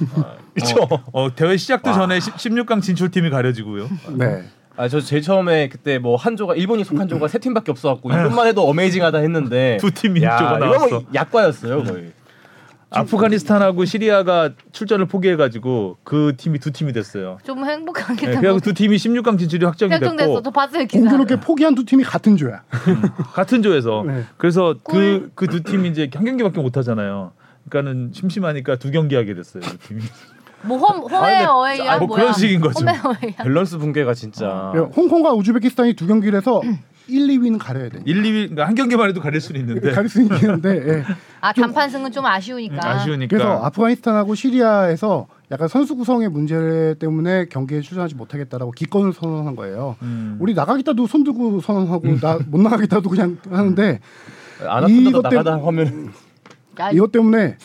Speaker 3: 그렇죠.
Speaker 2: 어, 대회 시작도 전에 16강 진출팀이 가려지고요.
Speaker 4: 네.
Speaker 5: 아, 저 제일 처음에 그때 뭐 한조가 일본이 속한조가 세 팀밖에 없어갖고 이것만 해도 어메이징하다 했는데
Speaker 2: 두 팀이
Speaker 5: 야,
Speaker 2: 조가
Speaker 5: 이거
Speaker 2: 나왔어.
Speaker 5: 뭐 약과였어요 거의.
Speaker 2: 아프가니스탄하고 시리아가 출전을 포기해가지고 그 팀이 두 팀이 됐어요.
Speaker 1: 좀 행복하게
Speaker 2: 네,
Speaker 1: 다
Speaker 4: 뭐
Speaker 2: 그래서 두 팀이 16강 진출이 확정이
Speaker 1: 결정됐어.
Speaker 2: 됐고
Speaker 1: 저 봤어요 기사.
Speaker 4: 공교롭게 포기한 두 팀이 같은 조야.
Speaker 2: 같은 조에서
Speaker 4: 네.
Speaker 2: 그래서 그 그 두 팀이 이제 한 경기밖에 못 하잖아요. 그러니까는 심심하니까 두 경기 하게 됐어요. 두 팀이.
Speaker 1: 뭐홈 홈에
Speaker 3: 근데
Speaker 1: 어웨이야
Speaker 2: 아, 뭐
Speaker 1: 뭐야?
Speaker 2: 그런 식인 거죠.
Speaker 1: 홈에 어웨이야.
Speaker 3: 밸런스 붕괴가
Speaker 5: 어.
Speaker 2: 아.
Speaker 3: 진짜.
Speaker 4: 홍콩과 우즈베키스탄이 두 경기를 해서
Speaker 1: 음.
Speaker 4: 1, 2위는 가려야 돼.
Speaker 2: 1, 2위 그러니까 한 경기만 해도 가릴 수는 있는데
Speaker 4: 네, 가릴 수 있는데 예.
Speaker 1: 아 단판승은 좀 아쉬우니까.
Speaker 2: 음, 아쉬우니까
Speaker 4: 그래서 아프가니스탄하고 시리아에서 약간 선수 구성의 문제 때문에 경기에 출전하지 못하겠다라고 기권을 선언한 거예요.
Speaker 2: 음.
Speaker 4: 우리 나가겠다도 손 들고 선언하고 나 못 나가겠다도 그냥 하는데
Speaker 5: 안 아픈다고
Speaker 4: 이것 때문에-
Speaker 5: 나가다 하면
Speaker 1: 야,
Speaker 4: 이것 때문에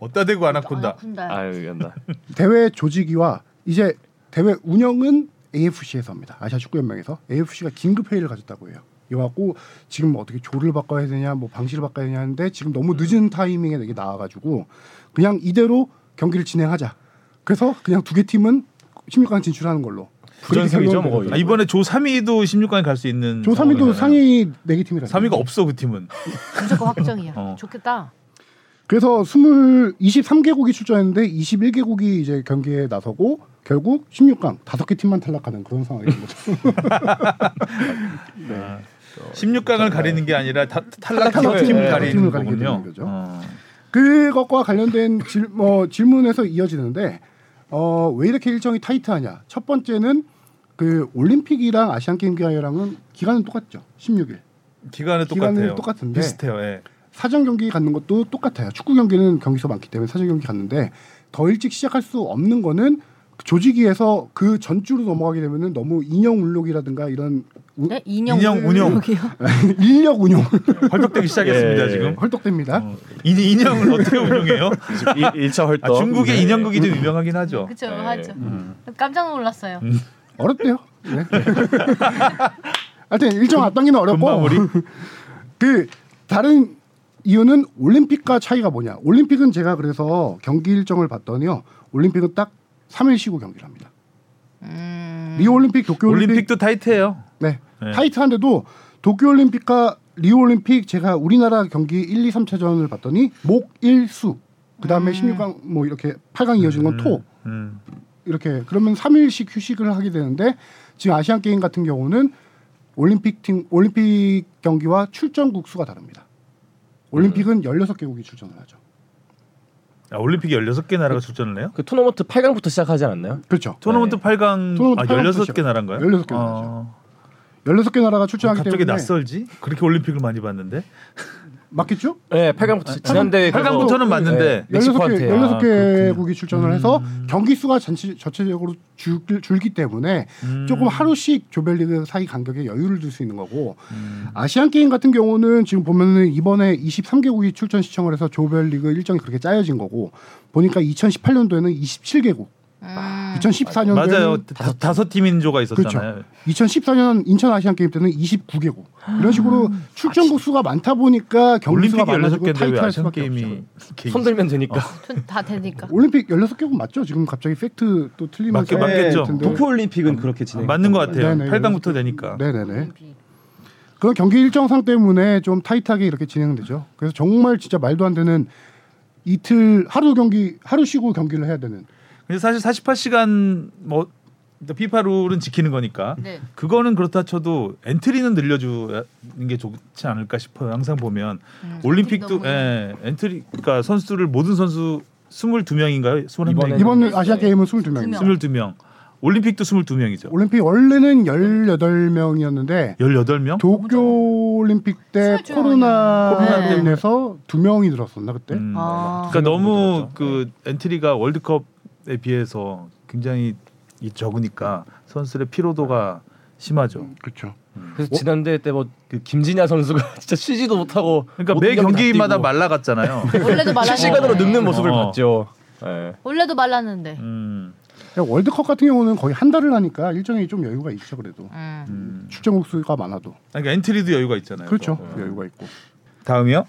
Speaker 2: 어따 대고 아나콘다.
Speaker 1: 아나콘다.
Speaker 3: 아유 연다.
Speaker 4: 대회 조직위와 이제 대회 운영은 AFC에서 합니다. 아시아 축구연맹에서 AFC가 긴급 회의를 가졌다고 해요. 이와고 지금 뭐 어떻게 조를 바꿔야 되냐, 뭐 방식을 바꿔야 되냐 하는데 지금 너무 늦은 타이밍에 이게 나와가지고 그냥 이대로 경기를 진행하자. 그래서 그냥 두 개 팀은 16강 진출하는 걸로.
Speaker 3: 부전승이죠, 뭐 거의.
Speaker 2: 아, 이번에 조 3위도 16강에 갈 수 있는
Speaker 4: 조 3위도 상위 네 개 팀이라.
Speaker 2: 3위가 없어 그 팀은.
Speaker 1: 무조건 확정이야.
Speaker 2: 어.
Speaker 1: 좋겠다.
Speaker 4: 그래서 20 23개국이 출전했는데 21개국이 이제 경기에 나서고 결국 16강 다섯 개 팀만 탈락하는 그런 상황인 거죠.
Speaker 2: 16강을 가리는 게 아니라 다- 탈락
Speaker 4: 네. 탈락
Speaker 2: 팀
Speaker 4: 팀을
Speaker 2: 가리는
Speaker 4: 팀을 가리게 되는
Speaker 2: 거군요.
Speaker 4: 거죠.
Speaker 2: 어.
Speaker 4: 그것과 관련된 질, 뭐, 질문에서 이어지는데 어, 왜 이렇게 일정이 타이트하냐? 첫 번째는 그 올림픽이랑 아시안 게임 기간이랑은 기간은 똑같죠. 16일.
Speaker 2: 기간은
Speaker 4: 기간은
Speaker 2: 똑같아요.
Speaker 4: 똑같은데.
Speaker 2: 비슷해요. 예.
Speaker 4: 사전 경기 갖는 것도 똑같아요. 축구 경기는 경기수 많기 때문에 사전 경기 갔는데 더 일찍 시작할 수 없는 거는 조직위에서 그 전주로 넘어가게 되면은 너무 인형 울록이라든가 이런 우-
Speaker 1: 네? 인형,
Speaker 2: 인형 운영.
Speaker 1: 여기요.
Speaker 4: 인력 운용
Speaker 2: 활동되기 시작했습니다
Speaker 3: 예.
Speaker 2: 지금.
Speaker 4: 헐떡됩니다.
Speaker 2: 이 인형을 어떻게 운영해요?
Speaker 3: 지금 일- 일차
Speaker 2: 아,
Speaker 3: 활동.
Speaker 2: 중국의
Speaker 4: 네.
Speaker 2: 인형극이 좀 유명하긴 하죠.
Speaker 1: 그쵸
Speaker 3: 네.
Speaker 1: 하죠.
Speaker 2: 음.
Speaker 1: 깜짝 놀랐어요.
Speaker 4: 어렵대요. 네. 하여튼 일정 앞당기는 어렵고
Speaker 2: 금마무리.
Speaker 4: 그 다른 이유는 올림픽과 차이가 뭐냐? 올림픽은 제가 그래서 경기 일정을 봤더니요. 올림픽은 딱 3일 쉬고 경기를 합니다.
Speaker 1: 음.
Speaker 4: 리오 올림픽, 도쿄 그 올림픽,
Speaker 2: 올림픽도 타이트해요.
Speaker 4: 네.
Speaker 2: 네.
Speaker 4: 타이트한데도 도쿄 올림픽과 리오 올림픽 제가 우리나라 경기 1, 2, 3차전을 봤더니 목, 일, 수. 그다음에 16강 뭐 이렇게 8강 이어진 건 토.
Speaker 2: 음.
Speaker 4: 이렇게 그러면 3일씩 휴식을 하게 되는데 지금 아시안 게임 같은 경우는 올림픽 팀 올림픽 경기와 출전국 수가 다릅니다. 올림픽은 16개국이 출전을 하죠.
Speaker 2: 아, 올림픽이 16개 나라가 출전을
Speaker 4: 네.
Speaker 2: 해요?
Speaker 5: 그 토너먼트 8강부터 시작하지 않았나요?
Speaker 4: 그렇죠.
Speaker 2: 토너먼트
Speaker 5: 네.
Speaker 2: 팔 8강
Speaker 4: 토너먼트
Speaker 2: 아,
Speaker 4: 팔강
Speaker 2: 16개
Speaker 4: 그렇죠.
Speaker 2: 나라인가요?
Speaker 4: 16개
Speaker 2: 아,
Speaker 4: 나라죠. 16개 나라가 출전하기
Speaker 2: 어, 갑자기
Speaker 4: 때문에
Speaker 2: 낯설지? 그렇게 올림픽을 많이 봤는데.
Speaker 4: 맞겠죠?
Speaker 5: 네, 8강부터 지난대
Speaker 4: 팔-
Speaker 5: 가서-
Speaker 4: 팔강부터는
Speaker 2: 맞는데.
Speaker 5: 네, 멕시코한테
Speaker 4: 16개, 16개국이 출전을 해서
Speaker 2: 음.
Speaker 4: 경기 수가 전체, 전체적으로 줄, 줄기 때문에
Speaker 2: 음.
Speaker 4: 조금 하루씩 조별리그 사이 간격에 여유를 둘 수 있는 거고
Speaker 2: 음.
Speaker 4: 아시안 게임 같은 경우는 지금 보면은 이번에 23개국이 출전 시청을 해서 조별리그 일정이 그렇게 짜여진 거고 보니까 2018년도에는 27개국
Speaker 1: 음. 음.
Speaker 4: 2014년도에는
Speaker 2: 맞아요. 다, 다섯 팀 인조가
Speaker 4: 그렇죠.
Speaker 2: 있었잖아요.
Speaker 4: 2014년 인천 아시안 게임 때는 29개국 이런 식으로 출전국 수가 많다 보니까 경기수가
Speaker 2: 아. 올림픽이 열여섯
Speaker 4: 많아지고
Speaker 2: 개인데 왜
Speaker 4: 타이트할
Speaker 2: 아시안
Speaker 4: 수밖에
Speaker 2: 게임이
Speaker 4: 없죠.
Speaker 2: 이렇게
Speaker 3: 손들면 되니까.
Speaker 1: 아, 다 되니까.
Speaker 4: 올림픽 16개국 맞죠? 지금 갑자기 팩트 또 틀리면서
Speaker 2: 맞게- 맞겠죠.
Speaker 4: 텐데.
Speaker 5: 도쿄올림픽은 그렇게
Speaker 2: 아,
Speaker 5: 진행.
Speaker 2: 맞는 것 같아요.
Speaker 4: 네네,
Speaker 2: 팔 8강부터 되니까.
Speaker 4: 네네네. 그런 경기 일정상 때문에 좀 타이트하게 이렇게 진행되죠. 그래서 정말 진짜 말도 안 되는 이틀 하루 경기 하루 쉬고 경기를 해야 되는
Speaker 2: 근데 사실 48시간 뭐 피파 룰은 지키는 거니까
Speaker 1: 네.
Speaker 2: 그거는 그렇다 쳐도 엔트리는 늘려주는 게 좋지 않을까 싶어요. 항상 보면
Speaker 1: 음,
Speaker 2: 올림픽도
Speaker 1: 너무-
Speaker 2: 예, 엔트리 그러니까 선수를 모든 선수 22명인가요? 21명.
Speaker 3: 이번에는-
Speaker 4: 이번 아시안 게임은 네, 22명입니다.
Speaker 2: 22명. 올림픽도 22명이죠.
Speaker 4: 올림픽 원래는 18명이었는데
Speaker 2: 18명?
Speaker 4: 도쿄 올림픽 때
Speaker 1: 스물 줄
Speaker 4: 코로나
Speaker 1: 아니에요.
Speaker 4: 코로나
Speaker 1: 네.
Speaker 4: 인해서 두 명이 늘었었나 그때.
Speaker 2: 음.
Speaker 1: 아.
Speaker 2: 그러니까 너무
Speaker 3: 들었죠.
Speaker 2: 그 엔트리가 월드컵에 비해서 굉장히 이 적으니까 선수들의 피로도가 심하죠.
Speaker 4: 그렇죠.
Speaker 3: 그래서 지난대 때 뭐 그 김진야 선수가 진짜 쉬지도 못하고
Speaker 2: 그러니까
Speaker 3: 모든
Speaker 2: 매
Speaker 3: 경기 다
Speaker 2: 경기마다
Speaker 3: 뛰고
Speaker 2: 말라갔잖아요.
Speaker 1: 원래도 말랐는데.
Speaker 3: 실시간으로 늙는 모습을
Speaker 2: 어.
Speaker 3: 봤죠. 예.
Speaker 1: 원래도 말랐는데.
Speaker 2: 음.
Speaker 4: 월드컵 같은 경우는 거의 한 달을 하니까 일정이 좀 여유가 있죠 그래도
Speaker 1: 음.
Speaker 2: 음.
Speaker 4: 출전국 수가 많아도
Speaker 2: 그러니까 엔트리도 여유가 있잖아요.
Speaker 4: 그렇죠
Speaker 2: 또.
Speaker 4: 여유가 있고
Speaker 2: 다음이요?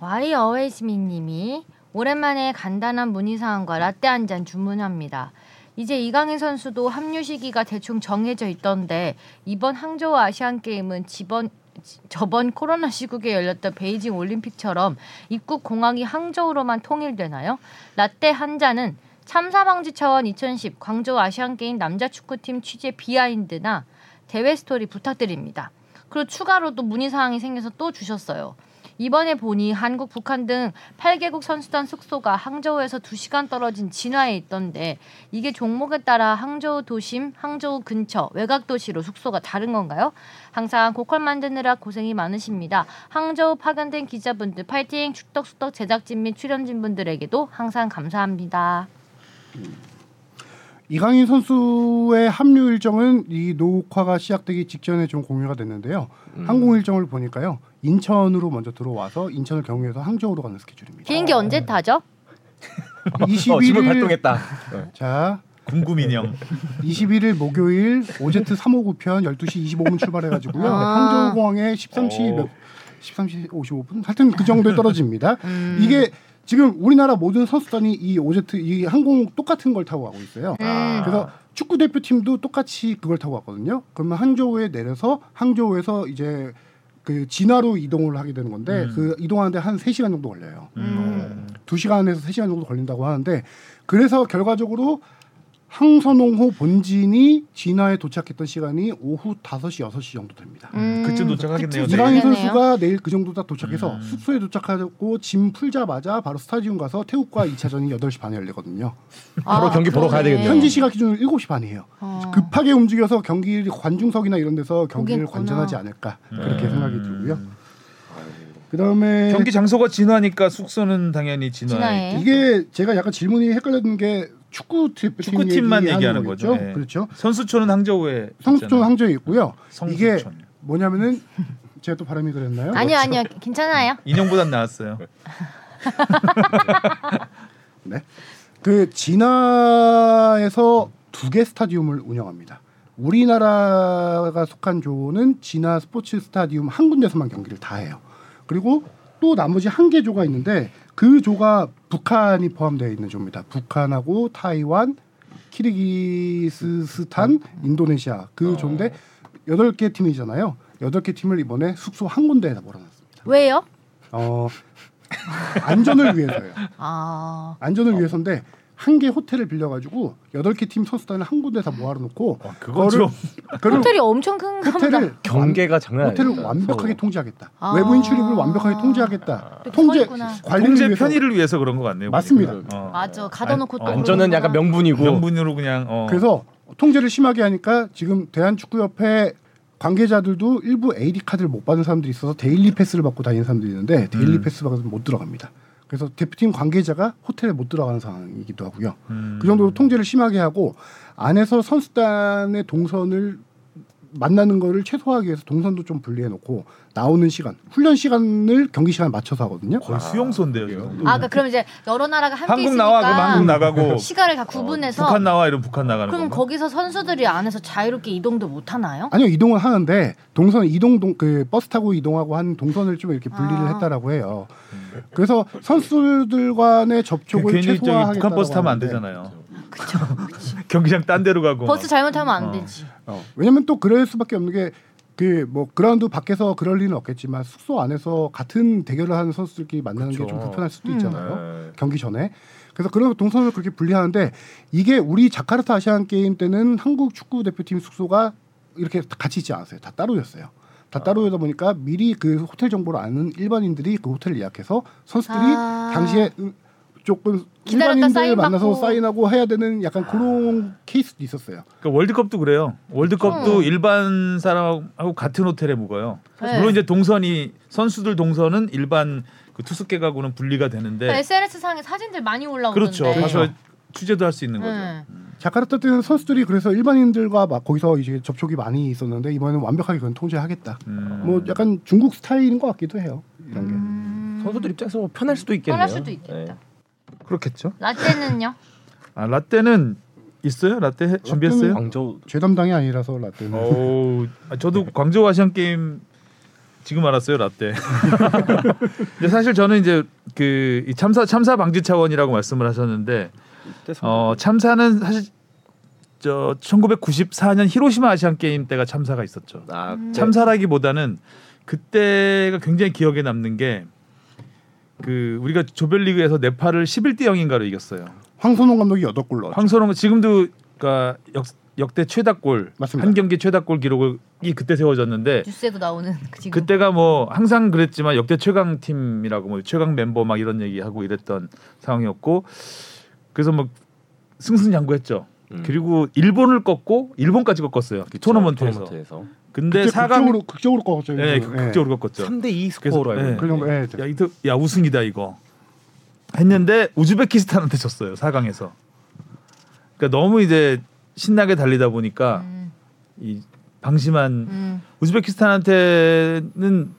Speaker 1: 와이 어웨이스미님이 오랜만에 간단한 문의사항과 라떼 한 잔 주문합니다. 이제 이강인 선수도 합류 시기가 대충 정해져 있던데 이번 항저우 아시안 게임은 지번 지- 저번 코로나 시국에 열렸던 베이징 올림픽처럼 입국 공항이 항저우로만 통일되나요? 라떼 한 잔은 참사 방지 차원 2010 광저우 아시안 게임 남자 축구팀 취재 비하인드나 대회 스토리 부탁드립니다. 그리고 추가로 또 문의 사항이 생겨서 또 주셨어요. 이번에 보니 한국, 북한 등 8개국 선수단 숙소가 항저우에서 2시간 떨어진 진화에 있던데 이게 종목에 따라 항저우 도심, 항저우 근처, 외곽 도시로 숙소가 다른 건가요? 항상 고퀄 만드느라 고생이 많으십니다. 항저우 파견된 기자분들 파이팅! 축덕숙덕 제작진 및 출연진 분들에게도 항상 감사합니다.
Speaker 4: 이강인 선수의 합류 일정은 이 녹화가 시작되기 직전에 좀 공유가 됐는데요
Speaker 3: 음.
Speaker 4: 항공 일정을 보니까요 인천으로 먼저 들어와서 인천을 경유해서 항저우로 가는 스케줄입니다
Speaker 1: 비행기 언제 타죠?
Speaker 3: 어, 집을
Speaker 4: 21일
Speaker 3: 발동했다.
Speaker 4: 자
Speaker 2: 궁금인형.
Speaker 4: 21일 목요일 OZ 359편 12시 25분 출발해가지고요.
Speaker 1: 아.
Speaker 4: 항저우 공항에
Speaker 3: 어.
Speaker 4: 13시 몇 13시 55분 하여튼 그 정도에 떨어집니다.
Speaker 2: 음.
Speaker 3: 음.
Speaker 4: 이게 지금 우리나라 모든 선수단이 이 OZ 이 항공 똑같은 걸 타고 가고 있어요.
Speaker 1: 음.
Speaker 2: 아.
Speaker 4: 그래서 축구 대표팀도 똑같이 그걸 타고 갔거든요. 그러면 항저우에 내려서 항저우에서 이제 그 진화로 이동을 하게 되는 건데
Speaker 2: 음.
Speaker 4: 그 이동하는데 한 3시간 정도 걸려요.
Speaker 1: 음.
Speaker 4: 두시간에서세시간 정도 걸린다고 하는데 그래서 결과적으로 항선홍호 본진이 진화에 도착했던 시간이 오후 5시, 6시 정도 됩니다.
Speaker 1: 음.
Speaker 2: 그쯤 도착하겠네요.
Speaker 1: 그쯤
Speaker 2: 내일.
Speaker 4: 이강인
Speaker 1: 그러네요.
Speaker 4: 선수가 내일 그 정도 딱 도착해서
Speaker 2: 음.
Speaker 4: 숙소에 도착하고 짐 풀자마자 바로 스타디움 가서 태국과 2차전이 8시 반에 열리거든요.
Speaker 3: 바로 경기 보러 가야 되겠네요.
Speaker 4: 현지 그 시각 기준으로 7시 반이에요.
Speaker 1: 아, 어.
Speaker 4: 급하게 움직여서 경기 관중석이나 이런 데서 경기를
Speaker 1: 보겠구나.
Speaker 4: 관전하지 않을까 그렇게
Speaker 2: 음.
Speaker 4: 생각이 들고요. 그다음에
Speaker 2: 네. 경기 장소가 진화니까 숙소는 당연히
Speaker 1: 진화에.
Speaker 2: 진화에.
Speaker 4: 이게 제가 약간 질문이 헷갈렸던 게 축구 대표팀
Speaker 2: 축구팀만 얘기하는
Speaker 4: 거겠죠?
Speaker 2: 거죠. 예.
Speaker 4: 그렇죠.
Speaker 2: 선수촌은 항저우에.
Speaker 4: 성수촌 항저에 있고요.
Speaker 2: 성수촌.
Speaker 4: 이게 뭐냐면은 제가 또 바람이 그랬나요?
Speaker 1: 아니요 아니요 괜찮아요.
Speaker 2: 인형보단 나았어요.
Speaker 4: 네. 그 진화에서 두 개 스타디움을 운영합니다. 우리나라가 속한 조는 진화 스포츠 스타디움 한 군데서만 경기를 다 해요. 그리고 또 나머지 한 개 조가 있는데 그 조가 북한이 포함되어 있는 조입니다. 북한하고 타이완, 키르기스스탄, 인도네시아 그 조인데 여덟 개 팀이잖아요. 여덟 개 팀을 이번에 숙소 한 군데에다 몰아놨습니다.
Speaker 1: 왜요?
Speaker 4: 어, 안전을 위해서요.
Speaker 1: 아
Speaker 4: 안전을 위해서인데 한 개 호텔을 빌려가지고 여덟 개 팀 선수단을 한 군데 다 모아놓고
Speaker 2: 아, 그건 좀
Speaker 4: 그거를
Speaker 1: 호텔이 엄청 큰가 보다.
Speaker 4: 호텔을
Speaker 3: 경계가 장난 아니다.
Speaker 2: 네.
Speaker 4: 호텔을
Speaker 2: 어.
Speaker 4: 완벽하게 통제하겠다.
Speaker 1: 아.
Speaker 4: 외부인 출입을 완벽하게 통제하겠다.
Speaker 1: 이렇게 서
Speaker 4: 통제
Speaker 1: 있구나.
Speaker 4: 관리를
Speaker 2: 통제
Speaker 4: 위해서
Speaker 2: 편의를 위해서 그런 것 같네요.
Speaker 4: 맞습니다.
Speaker 2: 보니까. 어.
Speaker 1: 맞아 가둬놓고
Speaker 2: 안-
Speaker 1: 또
Speaker 3: 안전은 약간 명분이고
Speaker 2: 명분으로 그냥. 어.
Speaker 4: 그래서 통제를 심하게 하니까 지금 대한축구협회 관계자들도 일부 AD 카드를 못 받은 사람들이 있어서 데일리 패스를 받고 다니는 사람들이 있는데 데일리
Speaker 2: 음.
Speaker 4: 패스 받으면 못 들어갑니다. 그래서 대표팀 관계자가 호텔에 못 들어가는 상황이기도 하고요.
Speaker 2: 음.
Speaker 4: 그 정도로 통제를 심하게 하고 안에서 선수단의 동선을 만나는 거를 최소화하기 위해서 동선도 좀 분리해 놓고 나오는 시간, 훈련 시간을 경기 시간 에 맞춰서 하거든요.
Speaker 2: 거의 수용소인데요. 이 정도.
Speaker 1: 아, 그러니까 그럼 이제 여러 나라가 함께
Speaker 2: 한국
Speaker 1: 있으니까
Speaker 2: 나와 그럼 한국 나가고
Speaker 1: 시간을 다 구분해서
Speaker 2: 북한 나와 이러면 북한 나가는
Speaker 1: 그럼
Speaker 2: 건가?
Speaker 1: 거기서 선수들이 안에서 자유롭게 이동도 못 하나요?
Speaker 4: 어? 아니요 이동을 하는데 동선 이동 동, 그 버스 타고 이동하고 한 동선을 좀 이렇게 분리를
Speaker 1: 아.
Speaker 4: 했다라고 해요. 그래서 선수들 간의 접촉을
Speaker 2: 괜히 저기
Speaker 4: 최소화하겠다고
Speaker 2: 북한 버스 타면 안
Speaker 4: 하는데
Speaker 2: 되잖아요.
Speaker 1: 그쵸.
Speaker 2: 경기장 딴 데로 가고
Speaker 1: 버스
Speaker 2: 막.
Speaker 1: 잘못하면 안
Speaker 2: 어.
Speaker 1: 되지.
Speaker 4: 어, 왜냐면 또 그럴 수밖에 없는 게 그 뭐 그라운드 밖에서 그럴 리는 없겠지만 숙소 안에서 같은 대결을 하는 선수들끼리 만나는 게 좀
Speaker 3: 그쵸.
Speaker 4: 불편할 수도
Speaker 1: 음.
Speaker 3: 예.
Speaker 4: 있잖아요.
Speaker 2: 네.
Speaker 4: 경기 전에. 그래서 그런 동선을 그렇게 분리하는데 이게 우리 자카르타 아시안 게임 때는 한국 축구 대표팀 숙소가 이렇게 다 같이 있지 않았어요. 다 따로였어요. 다 따로이다 보니까 미리 그 호텔 정보를 아는 일반인들이 그 호텔을 예약해서 선수들이
Speaker 1: 아.
Speaker 4: 당시에 음, 조금
Speaker 1: 기다렸다
Speaker 4: 일반인들
Speaker 1: 사인
Speaker 4: 만나서
Speaker 1: 받고. 아.
Speaker 4: 사인하고 해야 되는 약간 그런 케이스도 있었어요.
Speaker 2: 그러니까 월드컵도 그래요. 월드컵도 일반 사람하고 같은 호텔에 묵어요.
Speaker 1: 어. 네.
Speaker 2: 물론 이제 동선이 선수들 동선은 일반 그 투숙객하고는 분리가
Speaker 1: 네,
Speaker 2: 되는데
Speaker 1: SNS 상에 사진들 많이 올라오는데.
Speaker 2: 그렇죠. 가서 취재도 할 수 있는 거죠.
Speaker 1: 네.
Speaker 4: 자카르타 때는 선수들이 그래서 일반인들과 막 거기서 이제 접촉이 많이 있었는데 이번에는 완벽하게 그건 통제하겠다.
Speaker 2: 음.
Speaker 4: 뭐 약간 중국 스타일인 것 같기도 해요. 이런 게.
Speaker 1: 음.
Speaker 3: 선수들 입장에서 뭐 편할 수도 있겠네요.
Speaker 1: 떠날 수도 있겠다.
Speaker 3: 네.
Speaker 2: 그렇겠죠.
Speaker 1: 라떼는요?
Speaker 2: 아 라떼는 있어요? 라떼 해- 준비했어요?
Speaker 3: 광저우
Speaker 4: 죄 담당이 아니라서 라떼는.
Speaker 2: 오, 아, 저도 광저우 아시안 게임 지금 알았어요 라떼. 근데 사실 저는 이제 그이 참사 참사 방지 차원이라고 말씀을 하셨는데 어, 참사는 사실 저 1994년 히로시마 아시안 게임 때가 참사가 있었죠.
Speaker 3: 아,
Speaker 2: 참사라기보다는 그때가 굉장히 기억에 남는 게 그 우리가 조별리그에서 네팔을 11대 0인가로 이겼어요.
Speaker 4: 황선홍 감독이 여덟 골 넣었죠.
Speaker 2: 황선홍은 지금도 그러니까 역, 역대 최다골
Speaker 4: 맞습니다.
Speaker 2: 한 경기 최다골 기록이 그때 세워졌는데
Speaker 1: 뉴스에도 나오는 그 지금.
Speaker 2: 그때가 뭐 항상 그랬지만 역대 최강 팀이라고 뭐 최강 멤버 막 이런 얘기하고 이랬던 상황이었고 그래서 막 승승장구했죠.
Speaker 3: 음.
Speaker 2: 그리고 일본을 꺾고 일본까지 꺾었어요. 토너먼트에서. 근데
Speaker 4: 그때
Speaker 2: 4강
Speaker 4: 극적으로 극적으로 꺾었죠.
Speaker 2: 예, 네,
Speaker 4: 이거는.
Speaker 2: 극- 극적으로 꺾었죠.
Speaker 3: 3대 2 스코어로
Speaker 2: 그래서- 네.
Speaker 3: 알고
Speaker 4: 그 정도. 예.
Speaker 2: 야, 이거 야 우승이다 이거 했는데 우즈베키스탄한테 졌어요 4강에서 그러니까 너무 이제 신나게 달리다 보니까
Speaker 1: 음,
Speaker 2: 이 방심한
Speaker 1: 음.
Speaker 2: 우즈베키스탄한테는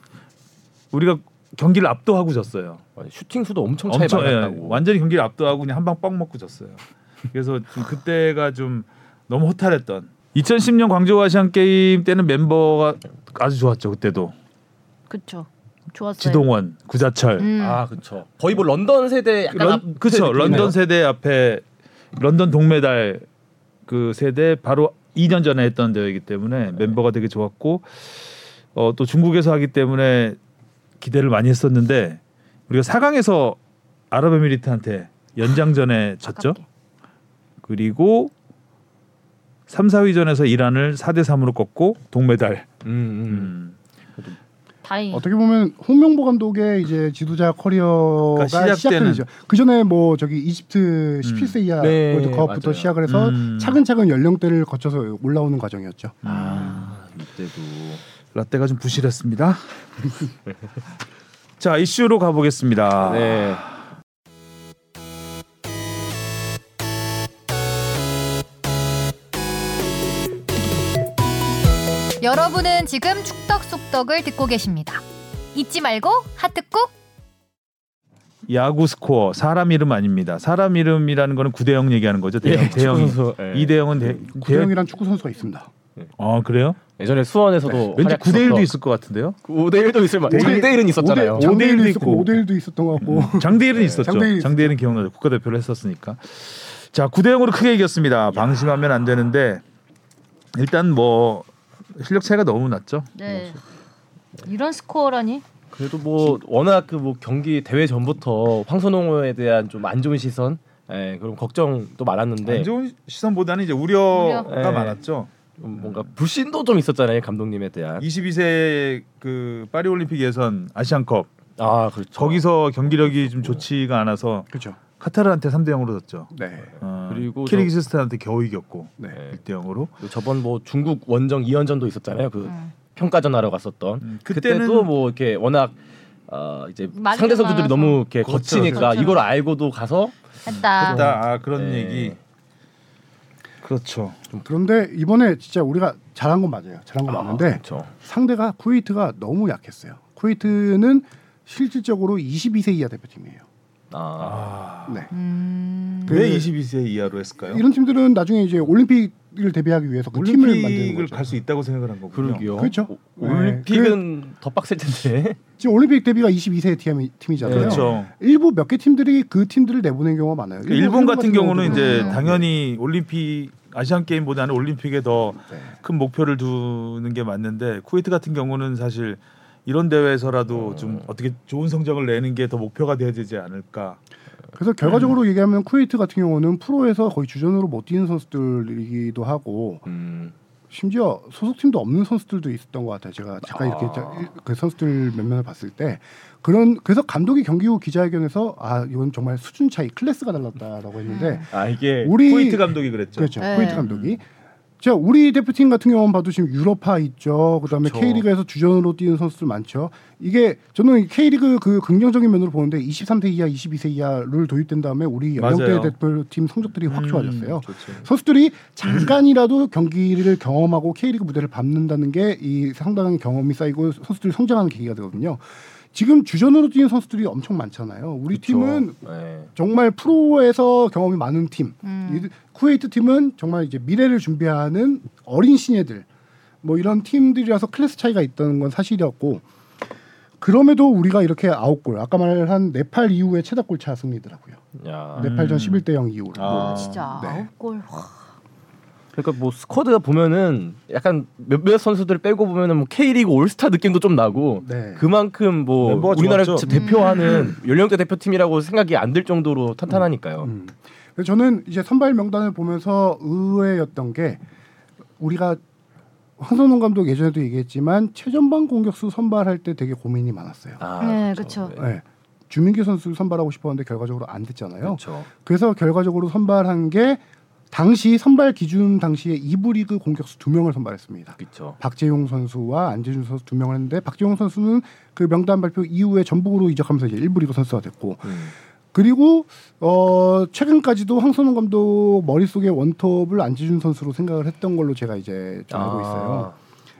Speaker 2: 우리가 경기를 압도하고 졌어요
Speaker 3: 있어요. 슈팅 수도 엄청 차이
Speaker 2: 예,
Speaker 3: 많았다고.
Speaker 2: 완전히 경기를 압도하고 그냥 한 방 뻥 먹고 졌어요 그래서 좀 그때가 좀 너무 허탈했던 2010년 광저우 아시안 게임 때는 멤버가 아주 좋았죠 그때도
Speaker 1: 그쵸. 좋았어요.
Speaker 2: 지동원 구자철
Speaker 1: 음.
Speaker 3: 아 그쵸. 거의 뭐 런던 세대 약간
Speaker 2: 런,
Speaker 3: 앞-
Speaker 2: 그쵸
Speaker 3: 세대
Speaker 2: 런던
Speaker 3: 느낌이네요.
Speaker 2: 세대 앞에 런던 동메달 그 세대 바로 2년 전에 했던 대회이기 때문에
Speaker 3: 네.
Speaker 2: 멤버가 되게 좋았고 어, 또 중국에서 하기 때문에 기대를 많이 했었는데 우리가 4강에서 아랍에미리트한테 연장전에 졌죠.
Speaker 1: 가깝게.
Speaker 2: 그리고 3, 4위전에서 이란을 4대 3으로 꺾고 동메달.
Speaker 3: 음, 음.
Speaker 2: 음.
Speaker 1: 다행히.
Speaker 4: 어떻게 보면 홍명보 감독의 이제 지도자 커리어가
Speaker 2: 그러니까 시작되는.
Speaker 4: 시작되는 그 전에 뭐 저기 이집트 17세 이하
Speaker 3: 네,
Speaker 4: 월드컵부터
Speaker 3: 맞아요.
Speaker 4: 시작을 해서
Speaker 2: 음. 네.
Speaker 4: 차근차근 연령대를 거쳐서 올라오는 과정이었죠.
Speaker 3: 아 이때도
Speaker 2: 라떼가 좀 부실했습니다. 자 이슈로
Speaker 1: 아.
Speaker 2: 가보겠습니다.
Speaker 3: 네.
Speaker 6: 여러분은 지금 축덕 속덕을 듣고 계십니다. 잊지 말고 하트 꾹.
Speaker 2: 야구 스코어 사람 이름 아닙니다. 사람 이름이라는 거는 구대영 얘기하는 거죠. 대영, 대영이. 예. 이대영은 대, 대영.
Speaker 4: 구대영이란 축구 선수가 있습니다.
Speaker 2: 아 그래요?
Speaker 3: 예전에 수원에서도
Speaker 2: 어, 왠지 구대일도 있을 것 같은데요.
Speaker 3: 9대 1도 있을 만.
Speaker 4: 오대-
Speaker 3: 5대 1은 있었잖아요.
Speaker 2: 오대- 장대일도
Speaker 4: 5대1도
Speaker 2: 있고. 음.
Speaker 4: 있었고 5대1도 있었던 것 같고
Speaker 2: 장대일은 있었죠.
Speaker 4: 장대일
Speaker 2: 장대일은 기억나죠. 국가대표를 했었으니까. 자 구대영으로 크게 이겼습니다. 방심하면 안 되는데 일단 뭐 실력 차이가 너무 났죠.
Speaker 1: 네. 이런 스코어라니?
Speaker 3: 그래도 뭐 워낙 그 뭐 경기 대회 전부터 황선홍에 대한 좀 안 좋은 시선, 예, 그런 걱정도 많았는데
Speaker 2: 안 좋은 시선보다는 이제 네. 우려가 네.
Speaker 3: 우려.
Speaker 2: 많았죠.
Speaker 3: 좀 뭔가 불신도 좀 있었잖아요 감독님에 대한.
Speaker 2: 22세 그 파리 올림픽 예선 아시안컵
Speaker 3: 아 그렇죠.
Speaker 2: 거기서 경기력이 좀 좋지가 않아서
Speaker 4: 그렇죠.
Speaker 2: 카타르한테 3대 0으로 졌죠.
Speaker 4: 네.
Speaker 2: 어,
Speaker 3: 그리고
Speaker 2: 키르기스스탄한테 겨우 이겼고
Speaker 4: 네.
Speaker 2: 1대 0으로.
Speaker 3: 그 저번 뭐 중국 원정 2연전도 있었잖아요. 그
Speaker 1: 음.
Speaker 3: 평가전 하러 갔었던.
Speaker 2: 음, 그때는-
Speaker 3: 그때는 도뭐 이렇게 워낙 어 이제
Speaker 1: 많이
Speaker 3: 상대 선수들이
Speaker 1: 많아서.
Speaker 3: 너무 이렇게
Speaker 2: 그렇죠,
Speaker 3: 거치니까
Speaker 1: 그렇죠.
Speaker 3: 이걸 알고도 가서
Speaker 1: 했다.
Speaker 2: 아, 그런
Speaker 3: 네.
Speaker 2: 얘기. 그렇죠.
Speaker 4: 그런데 이번에 진짜 우리가 잘한 건 맞아요. 잘한 건 맞는데
Speaker 3: 그렇죠.
Speaker 4: 상대가 쿠웨이트가 너무 약했어요. 쿠웨이트는 실질적으로 22세 이하 대표팀이에요.
Speaker 3: 아,
Speaker 4: 네.
Speaker 6: 음.
Speaker 4: 그-
Speaker 2: 왜 22세 이하로 했을까요?
Speaker 4: 이런 팀들은 나중에 이제 올림픽을 대비하기 위해서 그 팀을 만드는
Speaker 2: 올림픽을
Speaker 4: 거죠.
Speaker 2: 갈 수 있다고 생각을 한 거군요.
Speaker 3: 그러게요.
Speaker 4: 그렇죠.
Speaker 3: 오-
Speaker 4: 네.
Speaker 3: 올림픽은 더 빡셀 텐데.
Speaker 4: 지금 올림픽 대비가 22세 팀이, 팀이잖아요.
Speaker 2: 그렇죠. 그
Speaker 4: 일부 몇 개 팀들이 그 팀들을 내보낸 경우가 많아요.
Speaker 2: 일본, 같은 경우는 이제
Speaker 6: 음.
Speaker 2: 당연히 올림픽 아시안 게임보다는 올림픽에 더 큰
Speaker 4: 네.
Speaker 2: 목표를 두는 게 맞는데 쿠웨이트 같은 경우는 사실 이런 대회에서라도 좀 어떻게 좋은 성적을 내는 게 더 목표가 돼야 되지 않을까.
Speaker 4: 그래서
Speaker 2: 음.
Speaker 4: 결과적으로 얘기하면 쿠웨이트 같은 경우는 프로에서 거의 주전으로 못 뛰는 선수들이기도 하고
Speaker 3: 음.
Speaker 4: 심지어 소속팀도 없는 선수들도 있었던 것 같아요. 제가 잠깐 이렇게 자- 그 선수들 몇 명을 봤을 때 그런 그래서 감독이 경기 후 기자회견에서 아 이건 정말 수준 차이 클래스가 달랐다라고 했는데
Speaker 3: 아 이게
Speaker 4: 우리
Speaker 2: 쿠웨이트 감독이 그랬죠.
Speaker 4: 그렇죠
Speaker 6: 네.
Speaker 4: 쿠웨이트 감독이 자 우리 대표팀 같은 경우는 봐도 지금 유럽파 있죠. 그다음에
Speaker 3: 그렇죠.
Speaker 4: K리그에서 주전으로 뛰는 선수들 많죠. 이게 저는 이 K리그 그 긍정적인 면으로 보는데 23세 이하, 22세 이하를 도입된 다음에 우리 연령대
Speaker 2: 맞아요.
Speaker 4: 대표팀 성적들이 확 좋아졌어요.
Speaker 2: 음, 좋죠.
Speaker 4: 선수들이 잠깐이라도 경기를 경험하고 K리그 무대를 밟는다는 게 이 상당한 경험이 쌓이고 선수들이 성장하는 계기가 되거든요. 지금 주전으로 뛰는 선수들이 엄청 많잖아요. 우리 팀은
Speaker 3: 네.
Speaker 4: 정말 프로에서 경험이 많은 팀.
Speaker 6: 음.
Speaker 4: 이 쿠웨이트 팀은 정말 이제 미래를 준비하는 어린 신예들 뭐 이런 팀들이라서 클래스 차이가 있다는 건 사실이었고 그럼에도 우리가 이렇게 아홉 골 아까 말한 네팔 이후에 최다골 차 승리더라고요.
Speaker 3: 야.
Speaker 2: 음.
Speaker 4: 네팔전 11대 0 이후로.
Speaker 2: 아.
Speaker 6: 진짜
Speaker 4: 네.
Speaker 6: 아홉 골. 와.
Speaker 3: 그러니까 뭐 스쿼드가 보면은 약간 몇몇 선수들 빼고 보면은 뭐 K리그 올스타 느낌도 좀 나고
Speaker 4: 네.
Speaker 3: 그만큼 뭐
Speaker 2: 멤버가
Speaker 3: 우리나라
Speaker 2: 좋았죠.
Speaker 3: 대표하는 연령대 대표팀이라고 생각이 안 들 정도로 탄탄하니까요.
Speaker 4: 음. 그래서 저는 이제 선발 명단을 보면서 의외였던 게 우리가 황선홍 감독 예전에도 얘기했지만 최전방 공격수 선발할 때 되게 고민이 많았어요.
Speaker 3: 아,
Speaker 6: 네,
Speaker 3: 그렇죠.
Speaker 6: 그쵸.
Speaker 3: 네.
Speaker 4: 네. 주민규 선수를 선발하고 싶었는데 결과적으로 안 됐잖아요.
Speaker 3: 그렇죠.
Speaker 4: 그래서 결과적으로 선발한 게 당시 선발 기준 당시에 2부 리그 공격수 두 명을 선발했습니다.
Speaker 3: 그렇죠.
Speaker 4: 박재용 선수와 안재준 선수 두 명을 했는데 박재용 선수는 그 명단 발표 이후에 전북으로 이적하면서 이제 1부 리그 선수가 됐고
Speaker 3: 음.
Speaker 4: 그리고 어 최근까지도 황선홍 감독 머릿속에 원톱을 안지준 선수로 생각을 했던 걸로 제가 이제 좀
Speaker 3: 아.
Speaker 6: 아.
Speaker 4: 알고 있어요.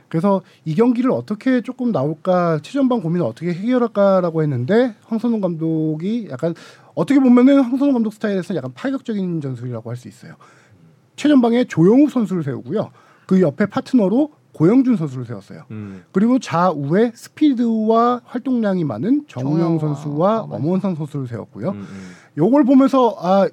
Speaker 4: 그래서 이 경기를 어떻게 조금 나올까 최전방 고민을 어떻게 해결할까라고 했는데 황선홍 감독이 약간 어떻게 보면은 황선홍 감독 스타일에서 약간 파격적인 전술이라고 할 수 있어요. 최전방에 조영욱 선수를 세우고요. 그 옆에 파트너로 고영준 선수를 세웠어요.
Speaker 3: 음.
Speaker 4: 그리고 좌우에 스피드와 활동량이 많은 정우영
Speaker 6: 정우영과,
Speaker 4: 선수와
Speaker 6: 아, 맞아.
Speaker 4: 엄원상 선수를 세웠고요.
Speaker 3: 음, 음.
Speaker 4: 요걸 보면서 아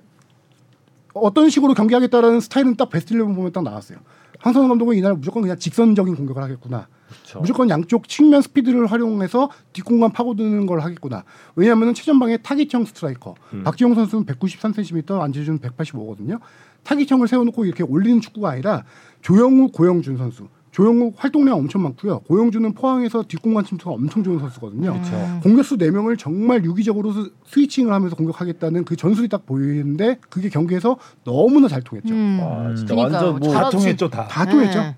Speaker 4: 어떤 식으로 경기하겠다라는 스타일은 딱 베스트 11 보면 딱 나왔어요. 황선우 감독은 이날 무조건 그냥 직선적인 공격을 하겠구나.
Speaker 3: 그렇죠.
Speaker 4: 무조건 양쪽 측면 스피드를 활용해서 뒷공간 파고드는 걸 하겠구나. 왜냐하면 최전방에 타깃형 스트라이커. 박지용 선수는 193cm, 안재준 185거든요. 타깃형을 세워놓고 이렇게 올리는 축구가 아니라 조영욱, 고영준 선수. 조영욱 활동량 엄청 많고요. 고영준은 포항에서 뒷공간 침투가 엄청 좋은 선수거든요.
Speaker 2: 그렇죠.
Speaker 1: 음.
Speaker 4: 공격수 4명을 정말 유기적으로 스- 스위칭을 하면서 공격하겠다는 그 전술이 딱 보이는데 그게 경기에서 너무나 잘 통했죠.
Speaker 6: 음.
Speaker 3: 와, 진짜
Speaker 6: 그러니까요.
Speaker 3: 완전 뭐
Speaker 2: 다
Speaker 6: 잘하지.
Speaker 2: 그렇죠. 아, 통했죠 다.
Speaker 4: 다 통했죠. 네.
Speaker 6: 네.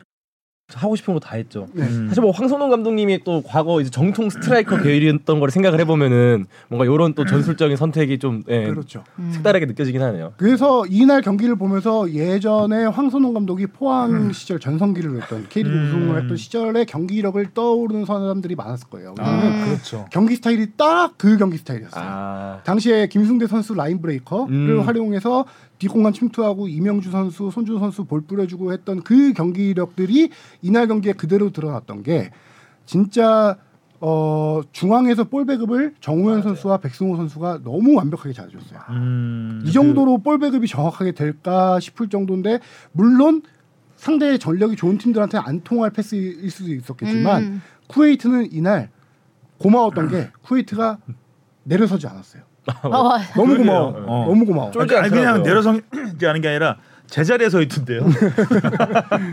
Speaker 3: 하고 싶은 거 다 했죠.
Speaker 2: 음.
Speaker 3: 사실 뭐 황선홍 감독님이 또 과거 이제 정통 스트라이커 계열이었던 걸 생각을 해보면은 뭔가 이런 또 전술적인 선택이 좀 예,
Speaker 4: 그렇죠.
Speaker 6: 음.
Speaker 3: 색다르게 느껴지긴 하네요.
Speaker 4: 그래서 이날 경기를 보면서 예전에 황선홍 감독이 포항 시절 전성기를 했던 K리그
Speaker 2: 음.
Speaker 4: 우승을 했던 시절의 경기력을 떠오르는 사람들이 많았을 거예요. 왜냐면
Speaker 2: 아, 그렇죠.
Speaker 4: 경기 스타일이 딱 그 경기 스타일이었어요.
Speaker 3: 아,
Speaker 4: 당시에 김승대 선수 라인 브레이커를
Speaker 3: 음.
Speaker 4: 활용해서 뒷공간 침투하고 이명주 선수, 손준 선수 볼 뿌려주고 했던 그 경기력들이 이날 경기에 그대로 드러났던 게 진짜 어, 중앙에서 볼 배급을 정우현 선수와 백승호 선수가 너무 완벽하게 잘해줬어요.
Speaker 2: 음,
Speaker 4: 이 정도로 볼 배급이 정확하게 될까 싶을 정도인데 물론 상대의 전력이 좋은 팀들한테 안 통할 패스일 수도 있었겠지만
Speaker 6: 음.
Speaker 4: 쿠웨이트는 이날 고마웠던 게 쿠웨이트가 내려서지 않았어요.
Speaker 6: 아, 와.
Speaker 4: 너무
Speaker 2: 그러게요.
Speaker 4: 고마워.
Speaker 2: 어.
Speaker 4: 너무 고마워.
Speaker 3: 쫄- 쫄지
Speaker 2: 아니, 그냥
Speaker 3: 않더라고요. 음.
Speaker 2: 내려서지 않은 게 아니라 제자리에 서 있던데요.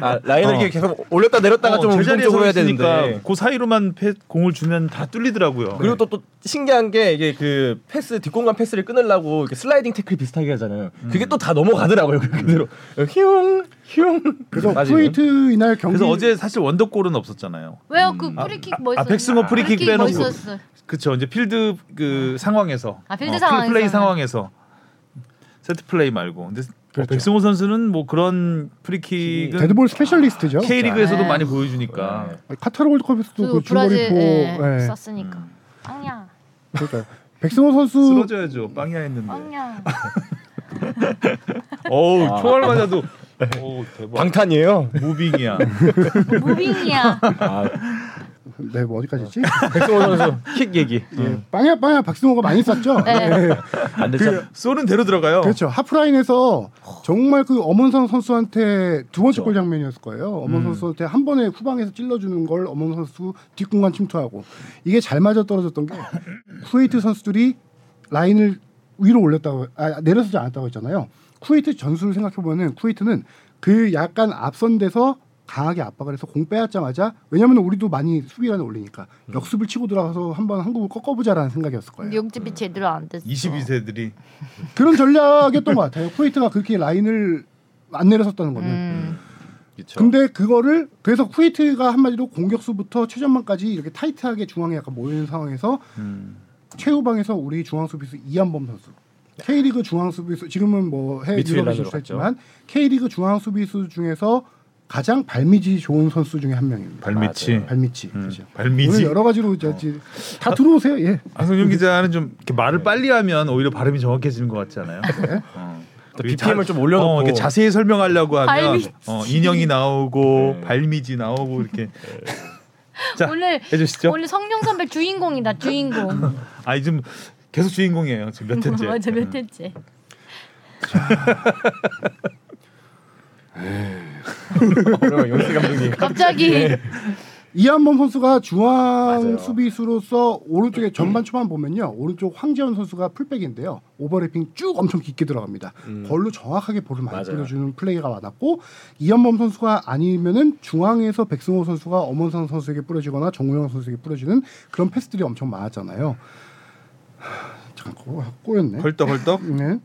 Speaker 3: 아, 라인을
Speaker 2: 어.
Speaker 3: 이렇게 계속 올렸다 내렸다가 좀
Speaker 2: 서
Speaker 3: 운동적으로 해야 되는데. 네.
Speaker 2: 있으니까 그 사이로만 패, 공을 주면 다 뚫리더라고요.
Speaker 3: 그리고 또, 또 신기한 게 이게 그 패스 뒷공간 패스를 끊으려고 이렇게 슬라이딩 태클 비슷하게 하잖아요. 그게 또 다 넘어가더라고요. 그대로 휘웅 휘웅.
Speaker 4: 그래서
Speaker 3: 맞아요.
Speaker 4: 쿠웨이트 이날 경기
Speaker 2: 그래서 어제 사실 원더골은 없었잖아요.
Speaker 6: 왜요? 그 프리킥 멋있었어.
Speaker 2: 아, 백승호 프리킥 빼놓고.
Speaker 6: 멋있었어.
Speaker 2: 그쵸 이제 필드 그 상황에서
Speaker 6: 아, 필드
Speaker 2: 어,
Speaker 6: 상황에서.
Speaker 2: 플레이 상황에서 세트 플레이 말고 근데 뭐
Speaker 3: 그렇죠.
Speaker 2: 백승호 선수는 뭐 그런 프리킥은
Speaker 4: 데드볼 스페셜리스트죠.
Speaker 2: K리그에서도
Speaker 1: 네.
Speaker 2: 많이 보여주니까
Speaker 4: 카타르 월드컵에서도
Speaker 1: 저도
Speaker 4: 그
Speaker 1: 브라질
Speaker 4: 중거리포
Speaker 1: 예,
Speaker 4: 예.
Speaker 1: 썼으니까.
Speaker 2: 음.
Speaker 1: 빵야,
Speaker 4: 그러니까 백승호 선수
Speaker 2: 쓰러져야죠. 빵이야 했는데.
Speaker 1: 빵야.
Speaker 2: 어우 총알 맞아도 오 대박.
Speaker 3: 네. 방탄이에요.
Speaker 2: 무빙이야.
Speaker 1: 무빙이야.
Speaker 2: 아,
Speaker 4: 네, 뭐 어디까지지? 예,
Speaker 3: 백승호 선수 킥 얘기.
Speaker 4: 빵야 빵야 박승호가 많이 쐈죠.
Speaker 1: 네.
Speaker 4: 예.
Speaker 5: 안 됐죠.
Speaker 2: 쏘는 대로 들어가요.
Speaker 4: 그렇죠. 하프라인에서 정말 그 엄원선 선수한테 두 번째 골 장면이었을 거예요. 엄원선
Speaker 2: 그렇죠. 음.
Speaker 4: 선수한테 한 번에 후방에서 찔러주는 걸 엄원선 선수 뒷공간 침투하고 이게 잘 맞아 떨어졌던 게 쿠웨이트 선수들이 라인을 위로 올렸다고 아, 내려서지 않았다고 했잖아요. 쿠웨이트 전술을 생각해 보면은 쿠웨이트는 그 약간 앞선 데서 강하게 압박을 해서 공 빼앗자마자 왜냐면 우리도 많이 수비라는 올리니까
Speaker 2: 음.
Speaker 4: 역습을 치고 들어가서 한번 한국을 꺾어보자라는 생각이었을 거예요. 음.
Speaker 1: 용집이 제대로 안 됐어.
Speaker 2: 22세들이
Speaker 4: 그런 전략이었던 것 같아요. 쿠웨이트가 그렇게 라인을 안 내려섰다는 거는.
Speaker 1: 음.
Speaker 4: 근데 그거를 그래서 쿠웨이트가 한마디로 공격수부터 최전방까지 이렇게 타이트하게 중앙에 약간 모이는 상황에서
Speaker 2: 음.
Speaker 4: 최후방에서 우리 중앙 수비수 이한범 선수. K리그 중앙 수비수 지금은 뭐 해외
Speaker 3: 미드필더로
Speaker 4: 유럽에 진출했지만 K리그 중앙 수비수 중에서 가장 발밑이 좋은 선수 중에 한 명입니다.
Speaker 2: 발밑이.
Speaker 4: 발밑이.
Speaker 2: 음,
Speaker 4: 그죠. 오늘
Speaker 2: 발미지. 어.
Speaker 4: 여러 가지로 이제 다 들어오세요. 예.
Speaker 2: 안성준 기자는 좀 이렇게
Speaker 4: 네.
Speaker 2: 말을 빨리 하면 오히려 발음이 정확해지는 것 같잖아요.
Speaker 3: BPM 을좀 올려놓고.
Speaker 2: 어, 이렇게 자세히 설명하려고 하면
Speaker 1: 발미지.
Speaker 2: 어, 인형이 나오고
Speaker 3: 네.
Speaker 2: 발미지 나오고 이렇게 자
Speaker 1: 오늘
Speaker 2: 해주시죠.
Speaker 1: 오늘 성룡 선배 주인공이다 주인공.
Speaker 2: 아니 지금 계속 주인공이에요. 지금 몇 회째.
Speaker 1: 맞아
Speaker 4: 음.
Speaker 1: 몇 회째.
Speaker 4: 음.
Speaker 3: 음. 그러면 용수 감독님.
Speaker 1: 갑자기
Speaker 4: 이한범 선수가 중앙
Speaker 3: 맞아요.
Speaker 4: 수비수로서 오른쪽에 전반 초반 보면요 오른쪽 황재현 선수가 풀백인데요 오버래핑 쭉 엄청 깊게 들어갑니다 걸로 정확하게 볼을
Speaker 3: 음.
Speaker 4: 많이
Speaker 3: 맞아요.
Speaker 4: 뿌려주는 플레이가 많았고 이한범 선수가 아니면은 중앙에서 백승호 선수가 엄원상 선수에게 뿌려주거나 정우영 선수에게 뿌려주는 그런 패스들이 엄청 많았잖아요 하, 잠깐 그거 꼬였네
Speaker 2: 헐떡헐떡.
Speaker 4: 네.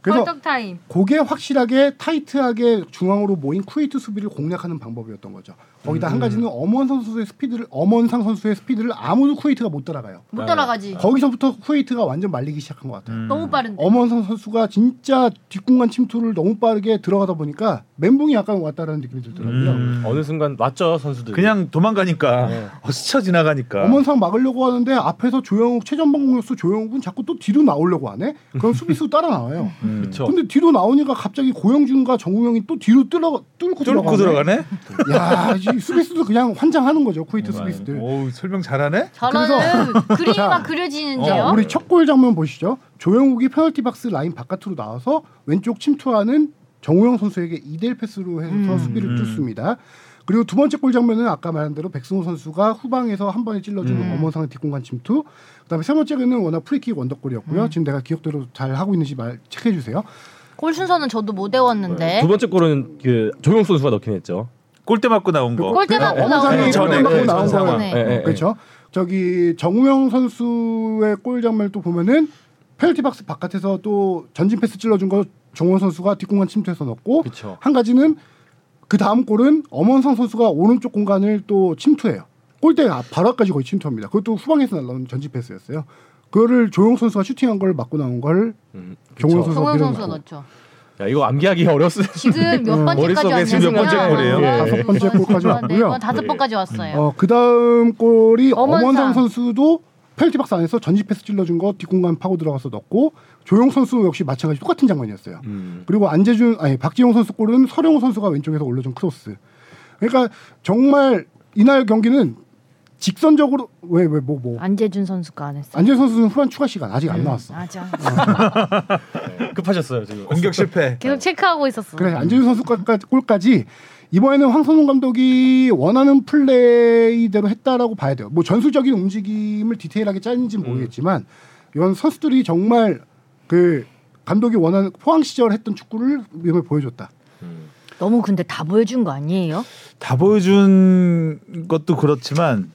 Speaker 4: 그래서
Speaker 1: 헐떡 타임.
Speaker 4: 그게 확실하게 타이트하게 중앙으로 모인 쿠웨이트 수비를 공략하는 방법이었던 거죠. 거기다 한 가지는 엄원 선수의 스피드를 엄원상 선수의 스피드를 아무도 쿠웨이트가 못 따라가요.
Speaker 1: 못 따라가지.
Speaker 4: 네. 거기서부터 쿠웨이트가 완전 말리기 시작한 것 같아요.
Speaker 2: 음.
Speaker 1: 너무 빠른데.
Speaker 4: 엄원상 선수가 진짜 뒷공간 침투를 너무 빠르게 들어가다 보니까 멘붕이 약간 왔다라는 느낌이 들더라고요.
Speaker 2: 음.
Speaker 3: 어느 순간 왔죠 선수들.
Speaker 2: 그냥 도망가니까
Speaker 4: 네.
Speaker 2: 어, 스쳐 지나가니까.
Speaker 4: 엄원상 막으려고 하는데 앞에서 조영욱 최전방 공격수 조영욱은 자꾸 또 뒤로 나오려고 하네. 그럼 수비수 따라 나와요.
Speaker 2: 음.
Speaker 3: 그쵸.
Speaker 4: 근데 뒤로 나오니까 갑자기 고영준과 정우영이 또 뒤로 뚫어 뚫고
Speaker 2: 뚫고
Speaker 4: 들어가네.
Speaker 2: 들어가네.
Speaker 4: 야, 이 수비수도 그냥 환장하는 거죠. 쿠웨이트 수비수들.
Speaker 2: 오 어, 설명 잘하네.
Speaker 1: 저는 그림이
Speaker 4: 자,
Speaker 1: 막
Speaker 4: 자,
Speaker 1: 그려지는데요.
Speaker 4: 우리 첫 골 장면 보시죠. 조영욱이 페널티 박스 라인 바깥으로 나와서 왼쪽 침투하는 정우영 선수에게 2대1 패스로 해서
Speaker 1: 음.
Speaker 4: 수비를
Speaker 2: 음.
Speaker 4: 뚫습니다. 그리고 두 번째 골 장면은 아까 말한 대로 백승호 선수가 후방에서 한 번에 찔러주는
Speaker 1: 음.
Speaker 4: 엄원상 뒷공간 침투. 그다음에 세 번째는 워낙 프리킥 원더골이었고요. 지금 내가 기억대로 잘 하고 있는지 말 체크해 주세요.
Speaker 1: 골 순서는 저도 못 외웠는데.
Speaker 4: 네.
Speaker 3: 두 번째 골은 그 조용 선수가 넣긴 했죠.
Speaker 2: 골대 맞고 나온
Speaker 4: 그
Speaker 2: 거.
Speaker 1: 그 골대 맞고
Speaker 4: 엄원상이
Speaker 1: 나오는
Speaker 2: 거.
Speaker 4: 어, 골대
Speaker 2: 전에,
Speaker 4: 맞고
Speaker 2: 예,
Speaker 4: 나온
Speaker 2: 전
Speaker 4: 거예요.
Speaker 2: 상황.
Speaker 1: 네.
Speaker 3: 예, 예, 예.
Speaker 4: 그렇죠. 저기 정우영 선수의 골 장면을 또 보면은 페널티 박스 바깥에서 또 전진 패스 찔러준 거 정원 선수가 뒷공간 침투해서 넣고
Speaker 3: 그쵸.
Speaker 4: 한 가지는 그 다음 골은 엄원상 선수가 오른쪽 공간을 또 침투해요. 골대 앞- 바로 앞까지 거의 침투합니다. 그것도 후방에서 날라온 전진 패스였어요. 그거를 조용 선수가 슈팅한 걸 맞고 나온 걸
Speaker 3: 음, 그쵸.
Speaker 4: 정우영 선수가
Speaker 1: 정우영 선수가
Speaker 4: 밀어넣고 음.
Speaker 1: 넣었죠.
Speaker 3: 야 이거 암기하기 어렵어.
Speaker 1: 지금 몇 번째까지
Speaker 3: 머릿속에 지금 몇 번째
Speaker 1: 왔냐면요.
Speaker 3: 골이에요?
Speaker 1: 네.
Speaker 4: 다섯 번째 골까지
Speaker 1: 네,
Speaker 4: 왔고요.
Speaker 1: 이건 다섯 번까지 왔어요.
Speaker 4: 어, 그 다음 골이
Speaker 1: 엄원상.
Speaker 4: 엄원상 선수도 페널티 박스 안에서 전지 패스 찔러준 거 뒷공간 파고 들어가서 넣고 조용 선수 역시 마찬가지 똑같은 장면이었어요.
Speaker 3: 음.
Speaker 4: 그리고 안재준 아니 박지용 선수 골은 서령호 선수가 왼쪽에서 올려준 크로스. 그러니까 정말 이날 경기는 직선적으로 왜 왜 뭐 뭐
Speaker 1: 안재준 선수가 안 했어.
Speaker 4: 안재준 선수는 후반 추가 시간 아직 안 나왔어.
Speaker 1: 네. 맞아.
Speaker 3: 네. 급하셨어요 지금.
Speaker 2: 공격 실패.
Speaker 1: 계속 체크하고 있었어.
Speaker 2: 음.
Speaker 4: 그래 안재준 선수 까- 골까지 이번에는 황선홍 감독이 원하는 플레이대로 했다라고 봐야 돼요. 뭐 전술적인 움직임을 디테일하게
Speaker 2: 음.
Speaker 4: 짰는지는 모르겠지만 이건 선수들이 정말 그 감독이 원하는 포항 시절 했던 축구를 이번에 보여줬다.
Speaker 1: 너무 근데 다 보여준 거 아니에요?
Speaker 2: 다 보여준 것도 그렇지만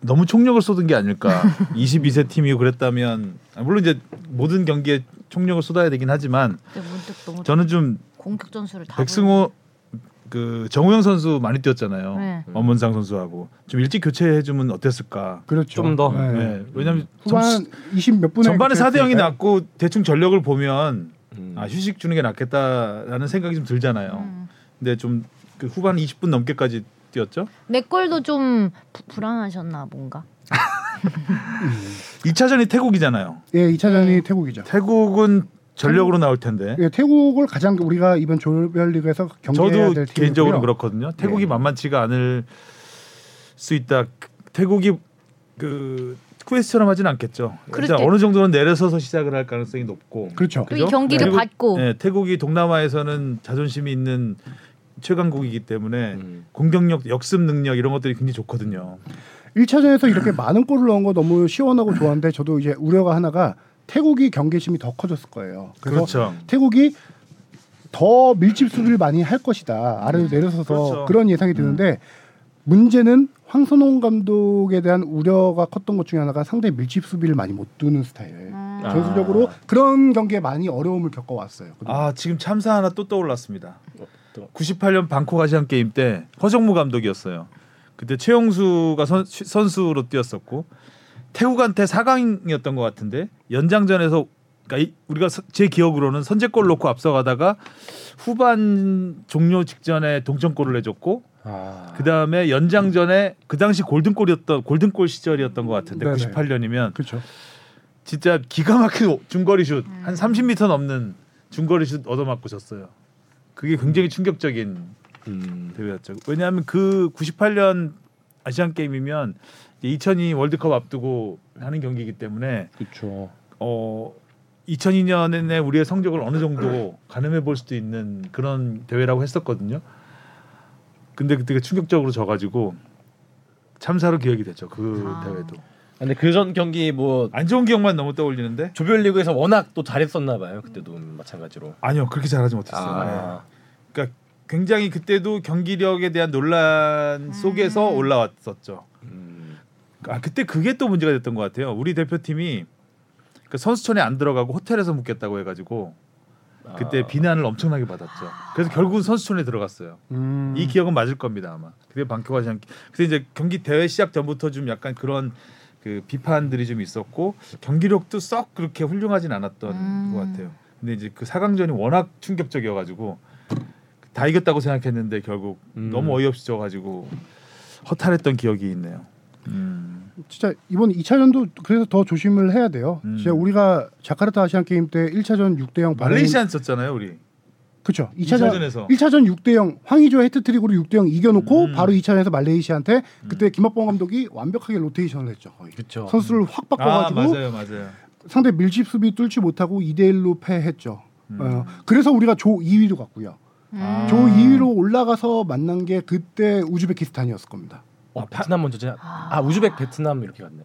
Speaker 2: 너무 총력을 쏟은 게 아닐까. 22세 팀이 그랬다면 아, 물론 이제 모든 경기에 총력을 쏟아야 되긴 하지만
Speaker 1: 근데 네, 문득 너무
Speaker 2: 저는 좀
Speaker 1: 공격 전술을 다.
Speaker 2: 백승호 그 정우영 선수 많이 뛰었잖아요.
Speaker 1: 네.
Speaker 2: 엄문상 선수하고 좀 일찍 교체해 주면 어땠을까?
Speaker 4: 그렇죠.
Speaker 3: 좀 더.
Speaker 4: 네.
Speaker 2: 네. 왜냐면
Speaker 4: 후반 20 몇 분에
Speaker 2: 전반에 4대 0이
Speaker 4: 그렇게
Speaker 2: 났고 대충 전력을 보면
Speaker 4: 음.
Speaker 2: 아 휴식 주는 게 낫겠다라는 생각이 좀 들잖아요.
Speaker 1: 음.
Speaker 2: 근데 좀 그 후반 20분 넘게까지 뛰었죠.
Speaker 1: 맥골도 좀 부- 불안하셨나 뭔가.
Speaker 2: 2차전이 태국이잖아요.
Speaker 4: 예, 2차전이
Speaker 2: 네.
Speaker 4: 태국이죠.
Speaker 2: 태국은 전력으로 나올 텐데.
Speaker 4: 예, 태국을 가장 우리가 이번 조별리그에서 경기해야
Speaker 2: 저도
Speaker 4: 될 팀이고요.
Speaker 2: 개인적으로 그렇거든요. 태국이
Speaker 4: 예.
Speaker 2: 만만치가 않을 수 있다. 태국이 그 쿠웨스처럼 하진 않겠죠. 일단
Speaker 1: 그렇겠-
Speaker 2: 어느 정도는 내려서서 시작을 할 가능성이 높고.
Speaker 4: 그렇죠.
Speaker 1: 그리고 이 경기를
Speaker 2: 그리고-
Speaker 1: 받고
Speaker 2: 예, 태국이 동남아에서는 자존심이 있는 최강국이기 때문에
Speaker 3: 음.
Speaker 2: 공격력, 역습 능력 이런 것들이 굉장히 좋거든요.
Speaker 4: 1차전에서 이렇게 많은 골을 넣은 거 너무 시원하고 좋았는데 저도 이제 우려가 하나가 태국이 경계심이 더 커졌을 거예요. 그래서
Speaker 2: 그렇죠.
Speaker 4: 태국이 더 밀집 수비를 많이 할 것이다. 아래로 내려서서
Speaker 2: 그렇죠.
Speaker 4: 그런 예상이 드는데 문제는 황선홍 감독에 대한 우려가 컸던 것 중에 하나가 상당히 밀집 수비를 많이 못 두는 스타일. 전술적으로 그런 경기에 많이 어려움을 겪어왔어요.
Speaker 2: 아 지금 참사 하나 또 떠올랐습니다. 98년 방콕 아시안 게임 때 허정무 감독이었어요. 그때 최용수가 선, 선수로 뛰었었고 태국한테 4강이었던 것 같은데 연장전에서 그러니까 이- 우리가 서- 제 기억으로는 선제골 넣고 앞서가다가 후반 종료 직전에 동점골을 내줬고
Speaker 5: 아.
Speaker 2: 그 다음에 연장전에 그 당시 골든골이었던 골든골 시절이었던 것 같은데
Speaker 4: 네네.
Speaker 2: 98년이면
Speaker 4: 그렇죠.
Speaker 2: 진짜 기가 막힌 중거리 슛 한 30m 넘는 중거리 슛 얻어맞고 졌어요. 그게 굉장히 충격적인
Speaker 3: 그- 음.
Speaker 2: 대회였죠. 왜냐하면 그 98년 아시안 게임이면 2002 월드컵 앞두고 하는 경기이기 때문에
Speaker 5: 그렇죠.
Speaker 2: 어 2002년에 우리의 성적을 어느 정도 가늠해 볼 수도 있는 그런 대회라고 했었거든요. 근데 그때가 충격적으로 져가지고 참사로 기억이 됐죠. 그
Speaker 1: 아.
Speaker 2: 대회도
Speaker 3: 근데 그전 경기 뭐
Speaker 2: 안 좋은 기억만 너무 떠올리는데
Speaker 3: 조별리그에서 워낙 또 잘했었나 봐요. 그때도 마찬가지로.
Speaker 2: 음. 아니요 그렇게 잘하지 못했어요. 네.
Speaker 3: 아.
Speaker 2: 그러니까 굉장히 그때도 경기력에 대한 논란 속에서 올라왔었죠.
Speaker 3: 음.
Speaker 2: 아 그때 그게 또 문제가 됐던 것 같아요. 우리 대표팀이 그 선수촌에 안 들어가고 호텔에서 묵겠다고 해가지고 그때
Speaker 3: 아.
Speaker 2: 비난을 엄청나게 받았죠. 그래서 결국은 선수촌에 들어갔어요.
Speaker 4: 음.
Speaker 3: 음.
Speaker 2: 이 기억은 맞을 겁니다 아마. 그게 방콕아시 않게. 그래서 이제 경기 대회 시작 전부터 좀 약간 그런 그 비판들이 좀 있었고 경기력도 썩 그렇게 훌륭하진 않았던
Speaker 1: 음.
Speaker 2: 것 같아요. 근데 이제 그 4강전이 워낙 충격적이어가지고 다 이겼다고 생각했는데 결국
Speaker 3: 음.
Speaker 2: 너무 어이없이 져가지고 허탈했던 기억이 있네요.
Speaker 3: 음.
Speaker 4: 진짜 이번 2차전도 그래서 더 조심을 해야 돼요.
Speaker 2: 음.
Speaker 4: 진짜 우리가 자카르타 아시안 게임 때 1차전 6대 0
Speaker 2: 말레이시안 썼잖아요 우리.
Speaker 4: 그렇죠. 2차전
Speaker 2: 2차전에서
Speaker 4: 1차전 6대 0 황의조 헤트트릭으로 6대 0 이겨놓고
Speaker 2: 음.
Speaker 4: 바로 2차전에서 말레이시아한테 그때 김학범 감독이 완벽하게 로테이션을 했죠. 거의.
Speaker 3: 그쵸.
Speaker 4: 선수를 확
Speaker 2: 아
Speaker 4: 바꿔가지고
Speaker 2: 맞아요 맞아요.
Speaker 4: 상대 밀집 수비 뚫지 못하고 2대 1로 패했죠.
Speaker 2: 음.
Speaker 4: 어, 그래서 우리가 조 2위로 갔고요.
Speaker 1: 음.
Speaker 2: 아.
Speaker 4: 조 2위로 올라가서 만난 게 그때 우즈베키스탄이었을 겁니다.
Speaker 3: 어, 베트남 먼저 제 아, 우즈벡 베트남 이렇게 갔네.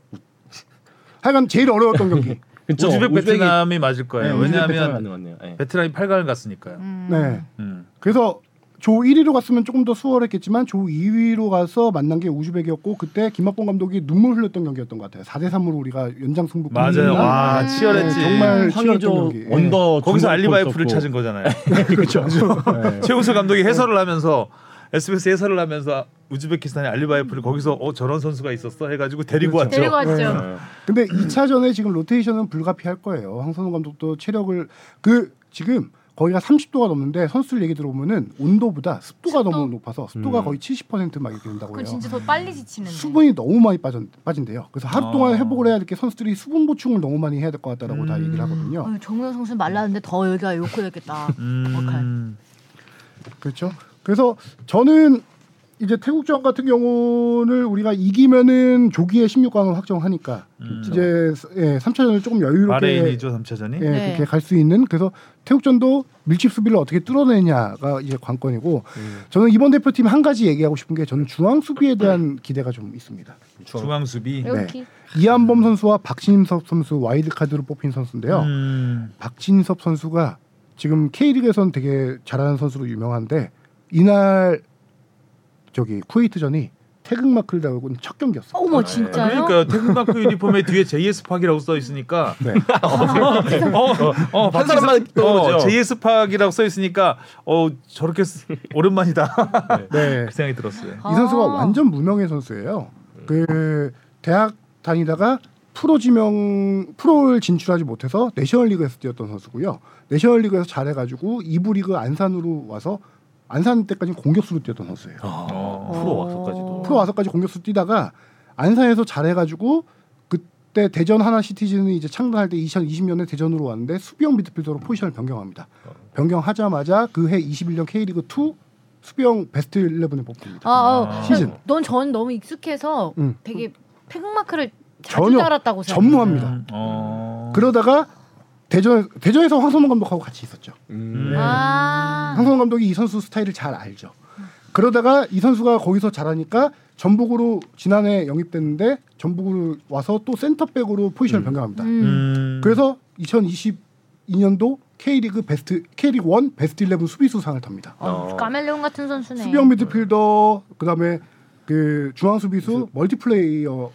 Speaker 4: 하여간 제일 어려웠던 경기.
Speaker 5: 그쵸.
Speaker 2: 우즈벡
Speaker 5: 우즈벡이-
Speaker 2: 베트남이 맞을
Speaker 3: 네,
Speaker 2: 거예요.
Speaker 3: 우즈벡 베트남이
Speaker 2: 왜냐하면
Speaker 3: 맞는 것 같네요. 예.
Speaker 2: 베트남이 8강을 갔으니까요.
Speaker 1: 음.
Speaker 4: 네.
Speaker 2: 음.
Speaker 4: 그래서 조 1위로 갔으면 조금 더 수월했겠지만 조 2위로 가서 만난 게 우즈벡이었고 그때 김학봉 감독이 눈물 흘렸던 경기였던 것 같아요. 4대 3으로 우리가 연장 승부
Speaker 2: 맞아요.
Speaker 4: 끝내고
Speaker 2: 와 치열했지.
Speaker 4: 네, 음. 정말 치열했던
Speaker 5: 황의조
Speaker 4: 경기. 예.
Speaker 5: 언더 중국
Speaker 2: 거기서 알리바이프를
Speaker 5: 골
Speaker 2: 찾은 거잖아요. 네,
Speaker 4: 그렇죠.
Speaker 3: 네.
Speaker 2: 최우수 감독이 해설을 하면서 SBS 해설을 하면서 우즈베키스탄의 알리바이프를 거기서 어 저런 선수가 있었어 해가지고 데리고 왔죠.
Speaker 1: 데리고 왔죠.
Speaker 4: 네. 근데 2차전에 지금 로테이션은 불가피할 거예요. 황선홍 감독도 체력을 그 지금 거기가 30도가 넘는데 선수들 얘기 들어보면은 온도보다 습도가 너무 높아서
Speaker 2: 음.
Speaker 4: 습도가 거의 70%막 이렇게 된다고
Speaker 6: 그
Speaker 4: 해요.
Speaker 6: 진짜 더 빨리 지치는데.
Speaker 4: 수분이 너무 많이 빠진, 빠진대요. 그래서 하루
Speaker 2: 아.
Speaker 4: 동안 회복을 해야 될 게 선수들이 수분 보충을 너무 많이 해야 될 것 같다라고 다
Speaker 2: 음.
Speaker 4: 얘기를 하거든요.
Speaker 1: 어, 정우영 선수 말랐는데 더 여기가 욕고 되겠다.
Speaker 2: 음,
Speaker 4: 그렇죠. 그래서 저는 이제 태국전 같은 경우를 우리가 이기면은 조기에 16강을 확정하니까 이제 예, 3차전을 조금 여유롭게
Speaker 2: 음. 바레인이죠 3차전이.
Speaker 4: 예,
Speaker 1: 네.
Speaker 4: 그렇게 갈 수 있는 그래서 태국전도 밀집 수비를 어떻게 뚫어내냐가 이제 관건이고
Speaker 2: 음.
Speaker 4: 저는 이번 대표팀 한 가지 얘기하고 싶은 게 저는 중앙 수비에 대한 기대가 좀 있습니다.
Speaker 2: 중앙 수비.
Speaker 4: 네.
Speaker 1: 이렇게
Speaker 4: 이한범 선수와 박진섭 선수 와이드카드로 뽑힌 선수인데요.
Speaker 2: 음,
Speaker 4: 박진섭 선수가 지금 K리그에서는 되게 잘하는 선수로 유명한데 이날 저기 쿠웨이트전이 태극마크를 달고는 첫 경기였어요.
Speaker 1: 어머 진짜요?
Speaker 2: 그러니까 태극마크 유니폼에 뒤에 JS 팍이라고 써 있으니까
Speaker 4: 네.
Speaker 2: 어어
Speaker 3: 한 사람만
Speaker 2: 어,
Speaker 3: 떠오르죠.
Speaker 2: JS 팍이라고 써 있으니까 어 저렇게 쓰- 오랜만이다
Speaker 4: 네.
Speaker 2: 그 생각이 들었어요.
Speaker 4: 이 선수가 완전 무명의 선수예요. 그 대학 다니다가 프로 지명 프로를 진출하지 못해서 내셔널리그에서 뛰었던 선수고요. 내셔널리그에서 잘해가지고 2부 리그 안산으로 와서 안산 때까지 공격수로 뛰었던 선수예요.
Speaker 2: 어.
Speaker 3: 아, 프로 와서까지도.
Speaker 4: 프로 와서까지 공격수 뛰다가 안산에서 잘해가지고 그때 대전 하나 시티즌을 이제 창단할 때 2020년에 대전으로 왔는데 수비형 미드필더로 포지션을 변경합니다. 변경하자마자 그 해 21년 K리그 2 수비형 베스트 11에 뽑힙니다.
Speaker 1: 아, 어.
Speaker 2: 아.
Speaker 4: 시즌.
Speaker 1: 넌 저는 너무 익숙해서
Speaker 4: 음.
Speaker 1: 되게 팩마크를 자주
Speaker 4: 전혀
Speaker 1: 달았다고 음. 생각.
Speaker 4: 전무합니다.
Speaker 2: 어.
Speaker 4: 그러다가 대전 대전에서 황선홍 감독하고 같이 있었죠.
Speaker 3: 음.
Speaker 2: 네.
Speaker 1: 아.
Speaker 4: 황선홍 감독이 이 선수 스타일을 잘 알죠. 그러다가 이 선수가 거기서 잘하니까 전북으로 지난해 영입됐는데 전북으로 와서 또 센터백으로 포지션을 변경합니다.
Speaker 1: 음.
Speaker 2: 음.
Speaker 4: 그래서 2022년도 K리그 베스트 K리그 1 베스트 11 수비수 상을 탑니다.
Speaker 1: 어, 까멜레온 같은 선수네.
Speaker 4: 수비형 미드필더 그다음에 그 중앙 수비수 멀티플레이어고요.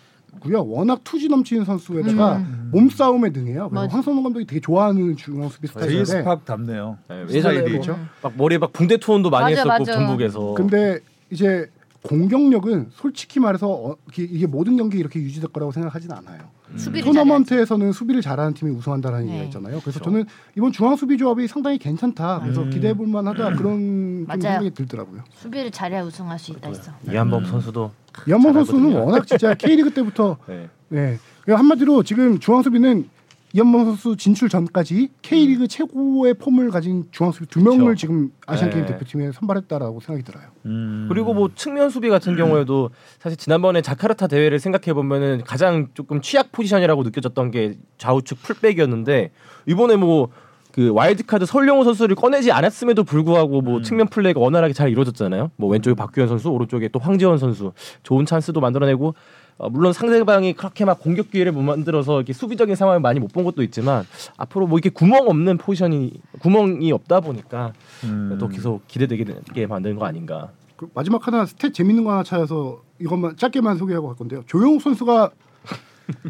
Speaker 4: 워낙 투지 넘치는 선수에다가 몸싸움에 능해요. 그래서
Speaker 1: 음. 맞아.
Speaker 4: 황선홍 감독이 되게 좋아하는 중앙 수비
Speaker 2: 제이
Speaker 4: 스타일인데
Speaker 2: 스팍 닮네요.
Speaker 3: 네,
Speaker 2: 스타일이.
Speaker 3: 예전에 뭐, 막 머리에 막 붕대 투혼도 많이
Speaker 1: 맞아,
Speaker 3: 했었고
Speaker 1: 맞아.
Speaker 3: 전북에서.
Speaker 4: 근데 이제 공격력은 솔직히 말해서 어, 기- 이게 모든 경기 이렇게 유지될 거라고 생각하진 않아요.
Speaker 1: 수비를 잘해.
Speaker 4: 토너먼트에서는 수비를 잘하는 팀이 우승한다라는
Speaker 1: 네.
Speaker 4: 얘기가 있잖아요. 그래서
Speaker 3: 그렇죠.
Speaker 4: 저는 이번 중앙 수비 조합이 상당히 괜찮다.
Speaker 3: 음.
Speaker 4: 그래서 기대해 볼 만하다 그런 좀
Speaker 1: 음. 맞아요.
Speaker 4: 생각이 들더라고요.
Speaker 1: 수비를 잘해야 우승할 수 있다 했어.
Speaker 2: 아, 음.
Speaker 3: 이한범 선수도
Speaker 1: 아,
Speaker 4: 이한범 선수는
Speaker 3: 잘하거든요.
Speaker 4: 워낙 진짜 K리그 때부터
Speaker 3: 네.
Speaker 4: 네. 그러니까 한마디로 지금 중앙 수비는 이한범 선수 진출 전까지
Speaker 1: 음.
Speaker 4: K리그 최고의 폼을 가진 중앙 수비 두 명을
Speaker 3: 그렇죠.
Speaker 4: 지금 아시안 게임
Speaker 3: 네.
Speaker 4: 대표팀에 선발했다라고 생각이 들어요.
Speaker 2: 음.
Speaker 3: 그리고 뭐 측면 수비 같은 경우에도 사실 지난번에 자카르타 대회를 생각해 보면은 가장 조금 취약 포지션이라고 느껴졌던 게 좌우측 풀백이었는데 이번에 뭐 그 와일드카드 설령호 선수를 꺼내지 않았음에도 불구하고 뭐 측면 플레이가 원활하게 잘 이루어졌잖아요. 뭐 왼쪽에 박규현 선수, 오른쪽에 또 황재원 선수 좋은 찬스도 만들어내고 어, 물론 상대방이 그렇게 막 공격 기회를 못 만들어서 이렇게 수비적인 상황을 많이 못 본 것도 있지만 앞으로 뭐 이렇게 구멍 없는 포지션이 구멍이 없다 보니까
Speaker 2: 음.
Speaker 3: 또 계속 기대되게 만드는 거 아닌가.
Speaker 4: 그 마지막 하나 스탯 재밌는 거 하나 찾아서 이것만 짧게만 소개하고 갈 건데요. 조용욱 선수가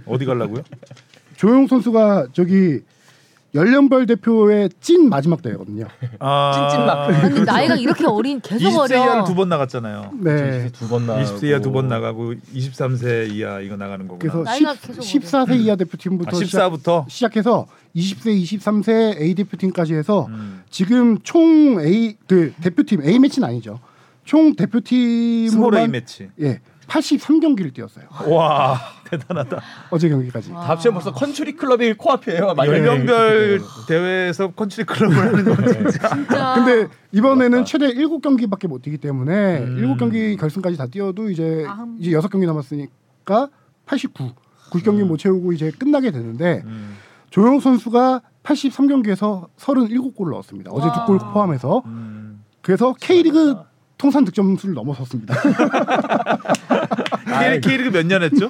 Speaker 2: 어디 가려고요?
Speaker 4: 조용욱 선수가 저기 연령별 대표의 찐 마지막 대회거든요.
Speaker 2: 아.
Speaker 3: 찐찐 마크.
Speaker 1: 근데 나이가 이렇게 어린 계속
Speaker 2: 20세 이하는
Speaker 1: 어려.
Speaker 2: 두 번 나갔잖아요.
Speaker 4: 네.
Speaker 3: 두번 나.
Speaker 2: 20세 이하 두 번 나가고 23세 이하 이거 나가는 거구나.
Speaker 4: 그래서
Speaker 1: 나이가 계속
Speaker 4: 10, 14세 이하 대표팀부터
Speaker 2: 아, 14부터
Speaker 4: 시작, 해서 20세, 23세 A 대표팀까지 해서
Speaker 2: 음.
Speaker 4: 지금 총 A 그 대표팀 A 매치는 아니죠. 총 대표팀으로만
Speaker 2: 스몰 A 매치.
Speaker 4: 예. 83경기를 뛰었어요.
Speaker 2: 와 대단하다.
Speaker 4: 어제 경기까지.
Speaker 3: 답시면
Speaker 1: 아.
Speaker 3: 벌써 컨트리 클럽이
Speaker 4: 아,
Speaker 3: 코앞이에요.
Speaker 2: 예,
Speaker 3: 막 이런
Speaker 4: 네.
Speaker 2: 연령별 대회에서 컨트리 클럽을 하는 건
Speaker 1: 진짜.
Speaker 4: 근데 이번에는 최대 7경기밖에 못 뛰기 때문에
Speaker 2: 음.
Speaker 4: 7경기 결승까지 다 뛰어도 이제
Speaker 1: 아흠.
Speaker 4: 이제 6경기 남았으니까 89 90경기 못 채우고 이제 끝나게 되는데
Speaker 2: 음.
Speaker 4: 조용 선수가 83경기에서 37골을 넣었습니다. 어제
Speaker 1: 와.
Speaker 4: 2골 포함해서
Speaker 2: 음.
Speaker 4: 그래서 K리그 통산 득점수를 넘어섰습니다.
Speaker 2: K- K리그 몇 년 했죠?
Speaker 4: 아,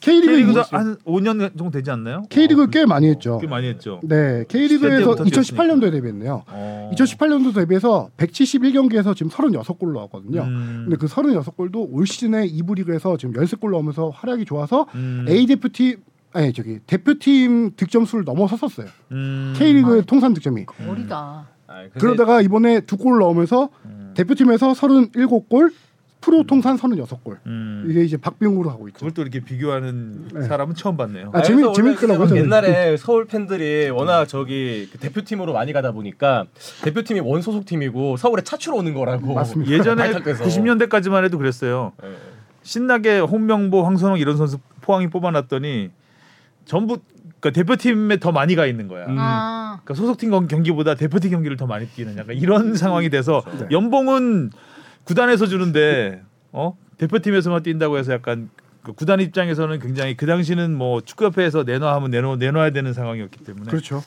Speaker 4: K리그
Speaker 2: K리그도
Speaker 4: 도
Speaker 2: 한 5년 정도 되지 않나요? 어,
Speaker 4: K리그 꽤 많이 했죠.
Speaker 2: 꽤 많이 했죠.
Speaker 4: 네, K리그에서
Speaker 2: 그때부터
Speaker 4: 2018년도에 데뷔했네요.
Speaker 2: 어.
Speaker 4: 2018년도 데뷔해서 171경기에서 지금 36골 넣었거든요.
Speaker 2: 음.
Speaker 4: 근데 그 36골도 올 시즌에 2부 리그에서 지금 13골 넣으면서 활약이 좋아서
Speaker 2: 음.
Speaker 4: A 대표팀 아니 저기 대표팀 득점수를 넘어섰었어요.
Speaker 2: 음.
Speaker 4: K리그 통산 득점이.
Speaker 1: 어리다.
Speaker 3: 아,
Speaker 4: 그러다가 이번에 두 골 넣으면서
Speaker 2: 음.
Speaker 4: 대표팀에서 37골, 프로 통산 36골.
Speaker 2: 음.
Speaker 4: 이게 이제 박병우로 하고 있죠.
Speaker 2: 그걸 또 이렇게 비교하는 사람은 처음 봤네요.
Speaker 4: 아, 재미- 재밌더라고요, 저는.
Speaker 3: 옛날에 서울 팬들이 워낙 저기 그 대표팀으로 많이 가다 보니까 대표팀이 원 소속 팀이고 서울에 차출 오는 거라고.
Speaker 4: 맞습니다.
Speaker 2: 예전에
Speaker 3: 발탁돼서.
Speaker 2: 90년대까지만 해도 그랬어요.
Speaker 3: 예.
Speaker 2: 신나게 홍명보, 황선홍 이런 선수 포항이 뽑아놨더니 전부 그러니까 대표팀에 더 많이 가 있는 거야.
Speaker 3: 음.
Speaker 1: 아.
Speaker 2: 그러니까 소속팀 경- 경기보다 대표팀 경기를 더 많이 뛰는 약간 이런 상황이 돼서 연봉은 구단에서 주는데 어 대표팀에서만 뛴다고 해서 약간 그 구단 입장에서는 굉장히 그 당시는 뭐 축구협회에서 내놔 하면 내놓 내놔야 되는 상황이었기 때문에
Speaker 4: 그렇죠.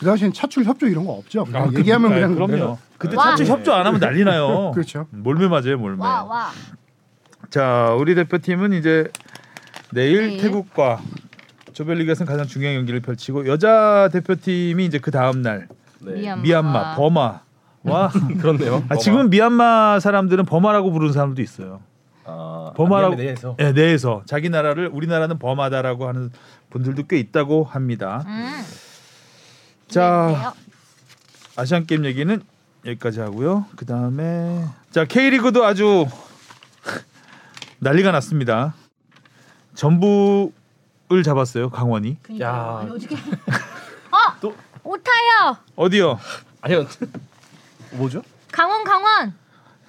Speaker 4: 그 당시엔 차출 협조 이런 거 없죠. 그냥
Speaker 2: 그-
Speaker 4: 얘기하면
Speaker 2: 네. 아,
Speaker 4: 그냥
Speaker 2: 그럼요. 그때
Speaker 1: 와.
Speaker 2: 차주 협조 안 하면 난리 나요.
Speaker 4: 그렇죠.
Speaker 2: 몰매 맞아요, 몰매.
Speaker 1: 와 와.
Speaker 2: 자, 우리 대표팀은 이제 내일
Speaker 1: 내일.
Speaker 2: 태국과 조별리그에서는 가장 중요한 경기를 펼치고 여자 대표팀이 이제 그 다음 날
Speaker 3: 네.
Speaker 1: 미얀마.
Speaker 2: 미얀마, 버마. 와.
Speaker 3: 그렇네요.
Speaker 2: 아, 지금 미얀마 사람들은 버마라고 부르는 사람도 있어요.
Speaker 3: 아,
Speaker 2: 버마라고
Speaker 3: 내에서.
Speaker 2: 예, 내에서 자기 나라를 우리나라는 버마다라고 하는 분들도 꽤 있다고 합니다.
Speaker 1: 음. 네,
Speaker 2: 자, 아시안 게임 얘기는 여기까지 하고요. 그 다음에 자 K리그도 아주 난리가 났습니다. 전북 을 잡았어요 강원이
Speaker 3: 야.
Speaker 1: 그러니까 어떻게? 어
Speaker 3: 또?
Speaker 1: 오타요
Speaker 2: 어디요?
Speaker 3: 아니요. 뭐죠?
Speaker 1: 강원 강원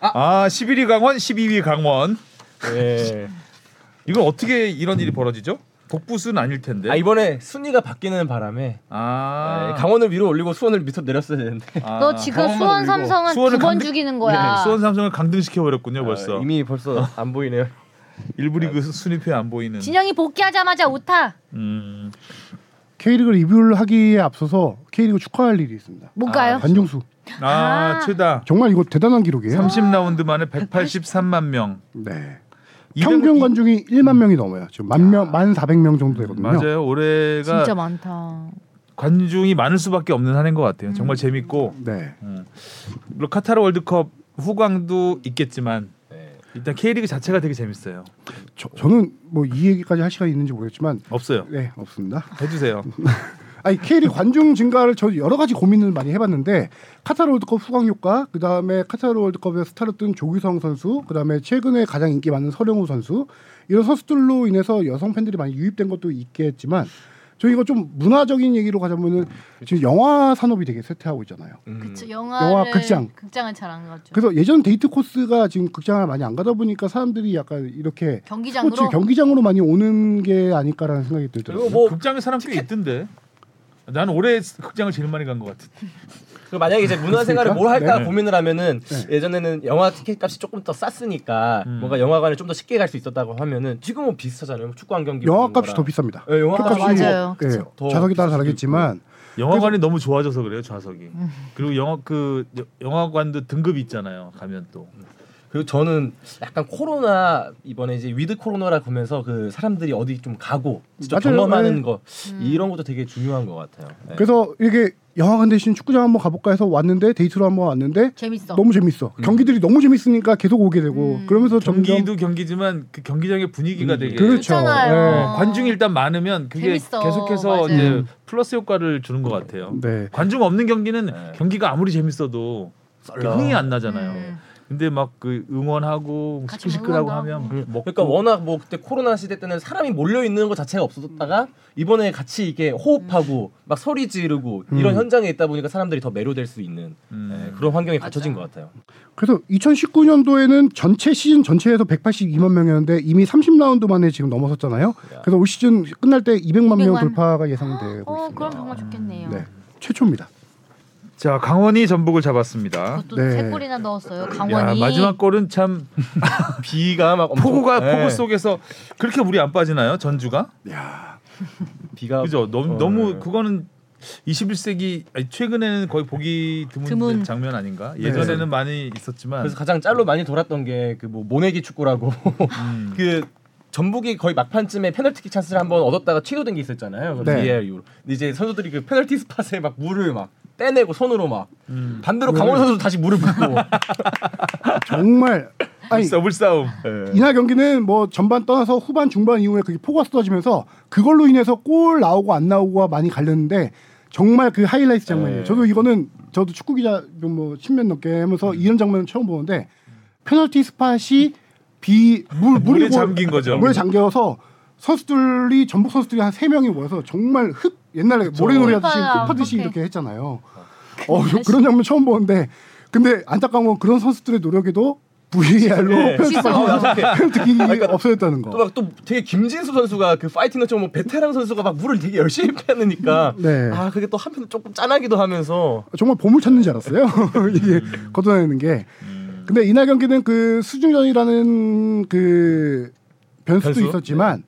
Speaker 2: 아 11위 강원, 12위 강원.
Speaker 3: 예.
Speaker 2: 이건 어떻게 이런 일이 벌어지죠? 복부순 아닐 텐데.
Speaker 3: 아 이번에 순위가 바뀌는 바람에
Speaker 2: 아.
Speaker 3: 예, 강원을 위로 올리고 수원을 밑으로 내렸어야 되는데
Speaker 2: 아,
Speaker 1: 너 지금
Speaker 2: 강원만
Speaker 1: 수원
Speaker 2: 올리고.
Speaker 1: 삼성은
Speaker 2: 수원을
Speaker 1: 두 번
Speaker 2: 강등-
Speaker 1: 죽이는 거야.
Speaker 2: 네, 수원 삼성을 강등시켜 버렸군요 벌써.
Speaker 3: 아, 이미 벌써 안 보이네요.
Speaker 2: 일부 리그 순위표에 안 보이는.
Speaker 1: 진영이 복귀하자마자 오타
Speaker 2: 음.
Speaker 4: K리그 리뷰를 하기에 앞서서 K리그 축하할 일이 있습니다.
Speaker 1: 뭔가요?
Speaker 4: 반중수
Speaker 2: 아,
Speaker 1: 아.
Speaker 2: 최다
Speaker 4: 정말 이거 대단한 기록이에요.
Speaker 2: 30라운드 만에 183만 명.
Speaker 4: 네.
Speaker 2: 200
Speaker 4: 평균 관중이 음. 1만 명이 넘어요. 지금 만 명, 만 400명 정도 되거든요.
Speaker 2: 맞아요. 올해가
Speaker 1: 진짜 많다.
Speaker 2: 관중이 많을 수밖에 없는 한 해인 것 같아요.
Speaker 1: 음.
Speaker 2: 정말 재밌고
Speaker 4: 네.
Speaker 2: 물론 카타르 월드컵 후광도 있겠지만
Speaker 3: 네.
Speaker 2: 일단 K리그 자체가 되게 재밌어요.
Speaker 4: 저, 저는 뭐 이 얘기까지 할 시간이 있는지 모르겠지만
Speaker 2: 없어요.
Speaker 4: 네, 없습니다.
Speaker 2: 해주세요.
Speaker 4: 아니 K리그 관중 증가를 저 여러 가지 고민을 많이 해봤는데 카타르 월드컵 후광 효과, 그 다음에 카타르 월드컵에 스타로 뜬 조규성 선수, 그 다음에 최근에 가장 인기 많은 서령우 선수 이런 선수들로 인해서 여성 팬들이 많이 유입된 것도 있겠지만 저희가 좀 문화적인 얘기로 가자면은 지금 영화 산업이 되게 쇠퇴하고 있잖아요.
Speaker 2: 음.
Speaker 3: 음.
Speaker 1: 그쵸
Speaker 4: 영화 극장.
Speaker 1: 극장을 잘안 갔죠.
Speaker 4: 그래서 예전 데이트 코스가 지금 극장을 많이 안 가다 보니까 사람들이 약간 이렇게
Speaker 1: 경기장으로
Speaker 4: 스포츠 경기장으로 많이 오는 게 아닐까라는 생각이
Speaker 3: 그리고
Speaker 4: 들더라고요.
Speaker 3: 뭐
Speaker 2: 극장에 사람 꽤 있던데. 난 올해 극장을 제일 많이 간 것 같아.
Speaker 3: 그 만약에 이제 문화 생활을 뭘 할까 고민을 하면은
Speaker 4: 그러니까? 네.
Speaker 3: 예전에는 영화 티켓 값이 조금 더 쌌으니까
Speaker 2: 음.
Speaker 3: 뭔가 영화관에 좀 더 쉽게 갈 수 있었다고 하면은 지금은 비슷하잖아요. 뭐 축구 한 경기 보는
Speaker 4: 영화값이
Speaker 3: 거랑.
Speaker 4: 더 비쌉니다.
Speaker 3: 예, 네. 영화값이
Speaker 1: 아, 맞아요.
Speaker 4: 예,
Speaker 1: 그쵸.
Speaker 3: 더
Speaker 4: 좌석에
Speaker 3: 비쌀
Speaker 4: 따라
Speaker 3: 수도
Speaker 4: 다르겠지만
Speaker 2: 영화관이 너무 좋아져서 그래요 좌석이.
Speaker 1: 음.
Speaker 2: 그리고 영화 그 여- 영화관도 등급이 있잖아요. 가면 또.
Speaker 1: 음.
Speaker 3: 그리고 저는 약간 코로나 이번에 이제 위드 코로나라 보면서 그 사람들이 어디 좀 가고 직접
Speaker 4: 맞아요.
Speaker 3: 경험하는
Speaker 4: 네.
Speaker 3: 거
Speaker 1: 음.
Speaker 3: 이런 것도 되게 중요한 것 같아요. 네.
Speaker 4: 그래서 이렇게 영화관 대신 축구장 한번 가볼까 해서 왔는데 데이트로 한번 왔는데
Speaker 1: 재밌어.
Speaker 4: 너무
Speaker 3: 음.
Speaker 4: 재밌어. 경기들이 너무 재밌으니까 계속 오게 되고
Speaker 1: 음.
Speaker 4: 그러면서 점점
Speaker 3: 그렇죠.
Speaker 2: 경기도 경기지만 그 경기장의 분위기가
Speaker 3: 분위기.
Speaker 2: 되게
Speaker 4: 그렇죠.
Speaker 1: 그렇잖아요. 음.
Speaker 2: 어, 관중이 일단 많으면 그게
Speaker 1: 재밌어.
Speaker 2: 계속해서
Speaker 1: 맞아요. 음.
Speaker 2: 이제 플러스 효과를 주는 것 같아요.
Speaker 4: 네.
Speaker 2: 관중 없는 경기는
Speaker 3: 네.
Speaker 2: 경기가 아무리 재밌어도 이렇게
Speaker 3: 썰렁.
Speaker 2: 흥이 안 나잖아요.
Speaker 1: 음.
Speaker 2: 근데 막 그 응원하고
Speaker 1: 같이
Speaker 2: 시끌시끌하고
Speaker 1: 응원도
Speaker 2: 하면
Speaker 3: 음,
Speaker 2: 먹고
Speaker 3: 그러니까 워낙 뭐 그때 코로나 시대 때는 사람이 몰려 있는 것 자체가 없어졌다가 이번에 같이 이게 호흡하고
Speaker 2: 음.
Speaker 3: 막 소리 지르고 이런
Speaker 4: 음.
Speaker 3: 현장에 있다 보니까 사람들이 더 매료될 수 있는
Speaker 2: 음.
Speaker 3: 네, 그런 환경이 갖춰진 것 같아요.
Speaker 4: 그래서 2019년도에는 전체 시즌 전체에서 182만 명이었는데 이미 30라운드 만에 지금 넘어섰잖아요. 그래서 올 시즌 끝날 때 200만, 명
Speaker 1: 200만.
Speaker 4: 돌파가 예상되고
Speaker 1: 어
Speaker 4: 있습니다.
Speaker 1: 그럼 정말 좋겠네요.
Speaker 4: 네. 최초입니다.
Speaker 2: 자 강원이 전북을 잡았습니다.
Speaker 1: 그것도
Speaker 4: 네.
Speaker 1: 세 골이나 넣었어요.
Speaker 2: 야,
Speaker 1: 강원이
Speaker 2: 마지막 골은 참
Speaker 3: 비가 막 엄청-
Speaker 2: 폭우가
Speaker 3: 네.
Speaker 2: 폭우 속에서 그렇게 물이 안 빠지나요 전주가?
Speaker 3: 비가
Speaker 2: 그죠? 너무
Speaker 3: 어,
Speaker 2: 너무
Speaker 3: 네.
Speaker 2: 그거는 21세기 아니, 최근에는 거의 보기 드문,
Speaker 1: 드문.
Speaker 2: 장면 아닌가?
Speaker 3: 네.
Speaker 2: 예전에는 많이 있었지만
Speaker 3: 그래서 가장 짤로 많이 돌았던 게 그 뭐 모내기 축구라고
Speaker 2: 음.
Speaker 3: 그 전북이 거의 막판쯤에 페널티킥 찬스를 한번 얻었다가 취소된 게 있었잖아요.
Speaker 4: 네.
Speaker 3: 네. 이후로 근데 이제 선수들이 그 페널티 스팟에 막 물을 막 떼내고 손으로 막
Speaker 2: 음.
Speaker 3: 반대로 강원 선수 다시 물을 붓고
Speaker 4: 정말 아니
Speaker 2: 싸울 싸움.
Speaker 4: 이날 경기는 뭐 전반 떠나서 후반 중반 이후에 그게 포가 쏟아지면서 그걸로 인해서 골 나오고 안 나오고가 많이 갈렸는데 정말 그 하이라이트 장면이에요.
Speaker 2: 예.
Speaker 3: 네. 저도
Speaker 4: 저도 이거는 저도 축구 기자 뭐 10년 넘게 하면서 이런 장면을 처음 보는데 페널티 스팟이 비물
Speaker 2: 물에 잠긴 거죠.
Speaker 4: 물에 잠겨서 선수들이 전북 선수들이 한 세 명이 모여서 정말 흙 옛날에 모래놀이 하듯이
Speaker 1: 흙파야,
Speaker 4: 흙 파듯이
Speaker 1: 어떡해.
Speaker 4: 이렇게 했잖아요. 어, 저 그런 장면 처음 보는데 근데 안타까운 건 그런 선수들의 노력에도 VAR로
Speaker 3: 예.
Speaker 4: 페널티
Speaker 1: 취소.
Speaker 2: 어,
Speaker 4: 특히 없어졌다는 거.
Speaker 3: 그러니까 또 막 또 되게 김진수 선수가 그 파이팅을 좀뭐 베테랑 선수가 막 물을 되게 열심히 빼내니까
Speaker 4: 네. 아,
Speaker 3: 아 그게 또 한편 조금 짠하기도 하면서
Speaker 4: 정말 보물 찾는 줄 알았어요. 이게
Speaker 3: 음.
Speaker 4: 걷어내는 게. 근데 이날 경기는 그 수중전이라는 그 변수도
Speaker 3: 변수? 네.
Speaker 4: 있었지만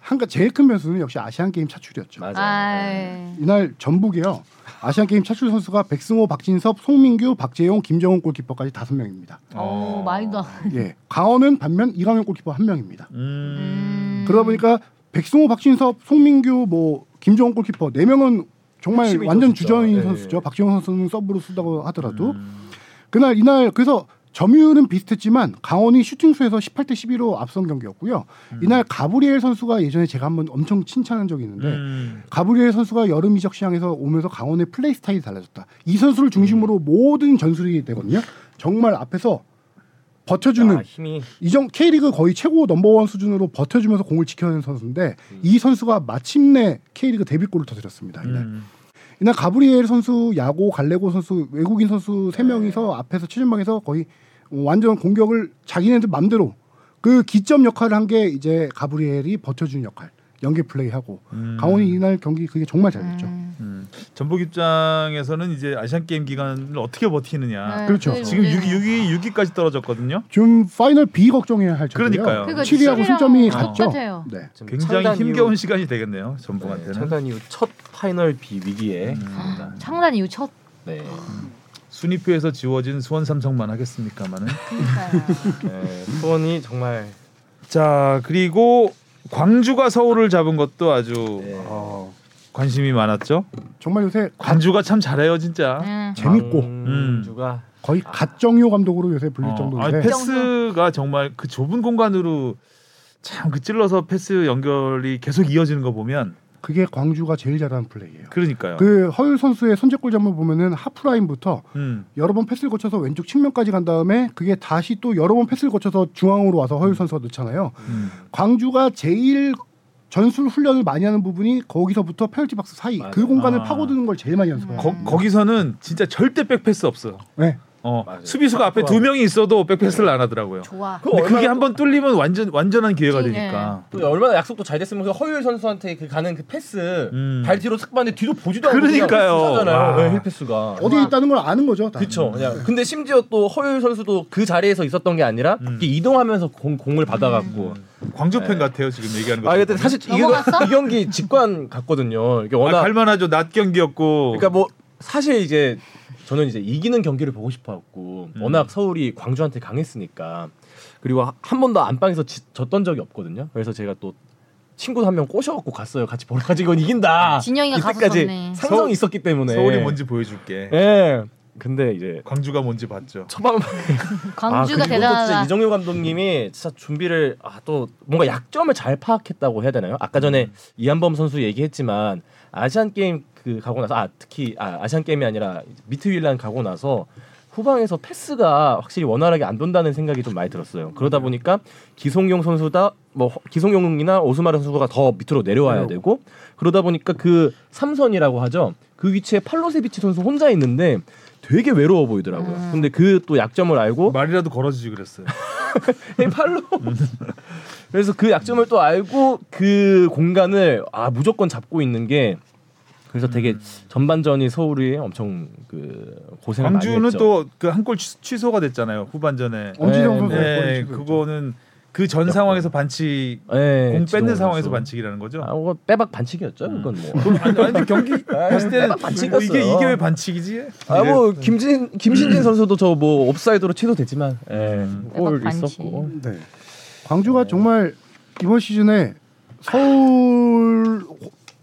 Speaker 4: 한가 제일 큰 변수는 역시 아시안 게임 차출이었죠.
Speaker 3: 맞아요.
Speaker 1: 아이.
Speaker 4: 이날 전북이요. 아시안 게임 차출 선수가 백승호, 박진섭, 송민규, 박재용, 김정훈 골키퍼까지 다섯 명입니다.
Speaker 1: 어 말도 안.
Speaker 4: 예. 강원은 반면 이강현 골키퍼 한 명입니다.
Speaker 2: 음.
Speaker 4: 그러다 보니까 백승호, 박진섭, 송민규, 뭐 김정훈 골키퍼 네 명은 정말
Speaker 3: 핵심이죠,
Speaker 4: 완전
Speaker 3: 진짜.
Speaker 4: 주전인
Speaker 3: 예.
Speaker 4: 선수죠. 박지용 선수는 서브로 쓰다고 하더라도
Speaker 2: 음.
Speaker 4: 그날 이날 그래서 점유율은 비슷했지만 강원이 슈팅수에서 18대 11로 앞선 경기였고요. 이날 가브리엘 선수가 예전에 제가 한번 엄청 칭찬한 적이
Speaker 3: 네.
Speaker 4: 있는데
Speaker 2: 음.
Speaker 4: 가브리엘 선수가 여름 이적 시장에서 오면서 강원의 플레이 스타일이 달라졌다. 이 선수를 중심으로 모든 전술이 되거든요. 정말 앞에서 버텨주는
Speaker 3: 아, 힘이
Speaker 4: 이정 K리그 거의 최고 넘버원 수준으로 버텨주면서 공을 지켜낸 선수인데
Speaker 2: 음.
Speaker 4: 이 선수가 마침내 K리그 데뷔골을 터뜨렸습니다. 이날.
Speaker 2: 음.
Speaker 4: 이날 가브리엘 선수, 야고, 갈레고 선수, 외국인 선수 세
Speaker 2: 네.
Speaker 4: 명이서 앞에서 최전방에서 거의 완전 공격을 자기네들 맘대로 그 기점 역할을 한 게 이제 가브리엘이 버텨주는 역할, 연계 플레이하고
Speaker 2: 음.
Speaker 4: 강원이 이날 경기 그게 정말 잘했죠.
Speaker 1: 네.
Speaker 2: 음. 전북 입장에서는 이제 아시안 게임 기간을 어떻게 버티느냐.
Speaker 1: 네,
Speaker 4: 그렇죠.
Speaker 2: 지금 6위 6위 6위까지 떨어졌거든요.
Speaker 4: 지금 파이널 B 걱정해야 할
Speaker 2: 그러니까요.
Speaker 4: 정도예요.
Speaker 2: 그러니까
Speaker 4: 7위하고 실점이
Speaker 2: 어.
Speaker 4: 같죠.
Speaker 1: 똑같아요.
Speaker 4: 네.
Speaker 3: 좀
Speaker 2: 굉장히
Speaker 3: 창단
Speaker 2: 힘겨운
Speaker 3: 이후-
Speaker 2: 시간이 되겠네요. 음.
Speaker 3: 네,
Speaker 2: 전북한테는.
Speaker 3: 창단 이후 첫 파이널 비 위기에 있습니다.
Speaker 1: 창단 이후 첫
Speaker 3: 네.
Speaker 2: 순위표에서 지워진 수원 삼성만 하겠습니까만은.
Speaker 3: 네, 수원이 정말
Speaker 2: 자 그리고 광주가 서울을 잡은 것도 아주
Speaker 3: 네.
Speaker 2: 어, 관심이 많았죠.
Speaker 4: 정말 요새
Speaker 2: 광주가 참 잘해요 진짜.
Speaker 1: 음.
Speaker 4: 재밌고
Speaker 3: 주가
Speaker 2: 음.
Speaker 4: 거의 갓정효 감독으로 요새 불릴
Speaker 2: 어,
Speaker 4: 정도인데
Speaker 2: 아니, 패스가 정말 그 좁은 공간으로 참 그 찔러서 패스 연결이 계속 이어지는 거 보면
Speaker 4: 그게 광주가 제일 잘하는 플레이예요.
Speaker 2: 그러니까요.
Speaker 4: 그 허율 선수의 선제골 잡을 보면은 하프라인부터
Speaker 2: 음.
Speaker 4: 여러 번 패스를 거쳐서 왼쪽 측면까지 간 다음에 그게 다시 또 여러 번 패스를 거쳐서 중앙으로 와서 허율 선수가 넣잖아요.
Speaker 2: 음.
Speaker 4: 광주가 제일 전술 훈련을 많이 하는 부분이 거기서부터 페널티 박스 사이 그 공간을
Speaker 2: 아.
Speaker 4: 파고드는 걸 제일 많이 연습해요.
Speaker 3: 음.
Speaker 2: 거, 거기서는 진짜 절대 백패스 없어.
Speaker 4: 네.
Speaker 2: 어,
Speaker 3: 맞아요.
Speaker 2: 수비수가 앞에 두 명이 있어도 백패스를 안 하더라고요.
Speaker 1: 좋아.
Speaker 3: 그
Speaker 2: 근데 그게
Speaker 3: 얼마나
Speaker 2: 한번 뚫리면 완전 완전한 기회가
Speaker 1: 네.
Speaker 2: 되니까.
Speaker 3: 또 얼마나 약속도 잘 됐으면 그 허율 선수한테 그 가는 그 패스
Speaker 2: 음.
Speaker 3: 발 뒤로 탁 봤는데 뒤도 보지도 않고 그냥
Speaker 2: 그러니까요.
Speaker 3: 패스하잖아요.
Speaker 2: 와.
Speaker 3: 네, 힐패스가.
Speaker 4: 어디에 있다는 걸 아는 거죠. 다.
Speaker 3: 그쵸.
Speaker 2: 네.
Speaker 3: 그냥 근데 심지어 또 허율 선수도 그 자리에서 있었던 게 아니라
Speaker 2: 음.
Speaker 3: 이렇게 이동하면서 공, 공을 받아갖고.
Speaker 2: 광주 팬 같아요 지금 얘기하는 거.
Speaker 3: 네. 아 근데 사실 이,
Speaker 1: 넘어갔어?
Speaker 3: 이 경기 직관 같거든요. 이게
Speaker 2: 아,
Speaker 3: 워낙
Speaker 2: 갈만하죠. 낮 경기였고.
Speaker 3: 그러니까 뭐 사실 이제 저는 이제 이기는 경기를 보고 싶어갖고
Speaker 2: 음.
Speaker 3: 워낙 서울이 광주한테 강했으니까 그리고 하- 한 번도 안방에서 지- 졌던 적이 없거든요. 그래서 제가 또 친구 한 명 꼬셔갖고 갔어요. 같이 보러 가지 이건 이긴다.
Speaker 1: 진영이가 가서
Speaker 3: 이때까지
Speaker 1: 졌네.
Speaker 3: 상성이 있었기 때문에
Speaker 2: 서울이 뭔지 보여줄게.
Speaker 3: 예. 근데 이제
Speaker 2: 광주가 뭔지 봤죠.
Speaker 3: 처방만
Speaker 1: 광주가
Speaker 3: 아, 그리고 또 진짜
Speaker 1: 대단하다.
Speaker 3: 이정효 감독님이 진짜 준비를 아, 또 뭔가 약점을 잘 파악했다고 해야 되나요? 아까 전에
Speaker 1: 음.
Speaker 3: 이한범 선수 얘기했지만 아시안 게임 그 가고 나서 아 특히 아, 아시안 게임이 아니라 미트윌란 가고 나서 후방에서 패스가 확실히 원활하게 안 돈다는 생각이 좀 많이 들었어요. 그러다 보니까 기송용 선수다 뭐 허- 기송용이나 오스마르 선수가 더 밑으로 내려와야
Speaker 1: 네.
Speaker 3: 되고 그러다 보니까 그 삼선이라고 하죠. 그 위치에 팔로세비치 선수 혼자 있는데 되게 외로워 보이더라고요.
Speaker 1: 음.
Speaker 3: 근데 그 또 약점을 알고
Speaker 2: 말이라도 걸어주지 그랬어요.
Speaker 3: 네, 팔로. 그래서 그 약점을 또 알고 그 공간을 아 무조건 잡고 있는 게 그래서 되게
Speaker 2: 음.
Speaker 3: 전반전이 서울이 엄청 그 고생을 많이 했죠. 어,
Speaker 2: 광주는 또 그 한 골 취소가 됐잖아요 후반전에.
Speaker 4: 엄지정 선수의
Speaker 2: 네,
Speaker 4: 골을 치고 있죠.
Speaker 2: 그거는 그 전 상황에서 반칙
Speaker 3: 예,
Speaker 2: 공
Speaker 3: 지동원
Speaker 2: 뺏는
Speaker 3: 선수.
Speaker 2: 상황에서 반칙이라는 거죠. 음.
Speaker 3: 아, 그거 빼박 반칙이었죠. 이건 뭐.
Speaker 2: 그럼 아니, 아니 근데 경기 봤을 때는
Speaker 3: 빼박 반칙이었어요.
Speaker 2: 이게 이게 왜 반칙이지?
Speaker 3: 아 뭐 김진 김신진 선수도 저 뭐 옵사이드로 취소됐지만 예.
Speaker 2: 음.
Speaker 3: 골
Speaker 1: 빼박 반칙.
Speaker 3: 있었고.
Speaker 4: 네. 광주가 정말 이번 시즌에 서울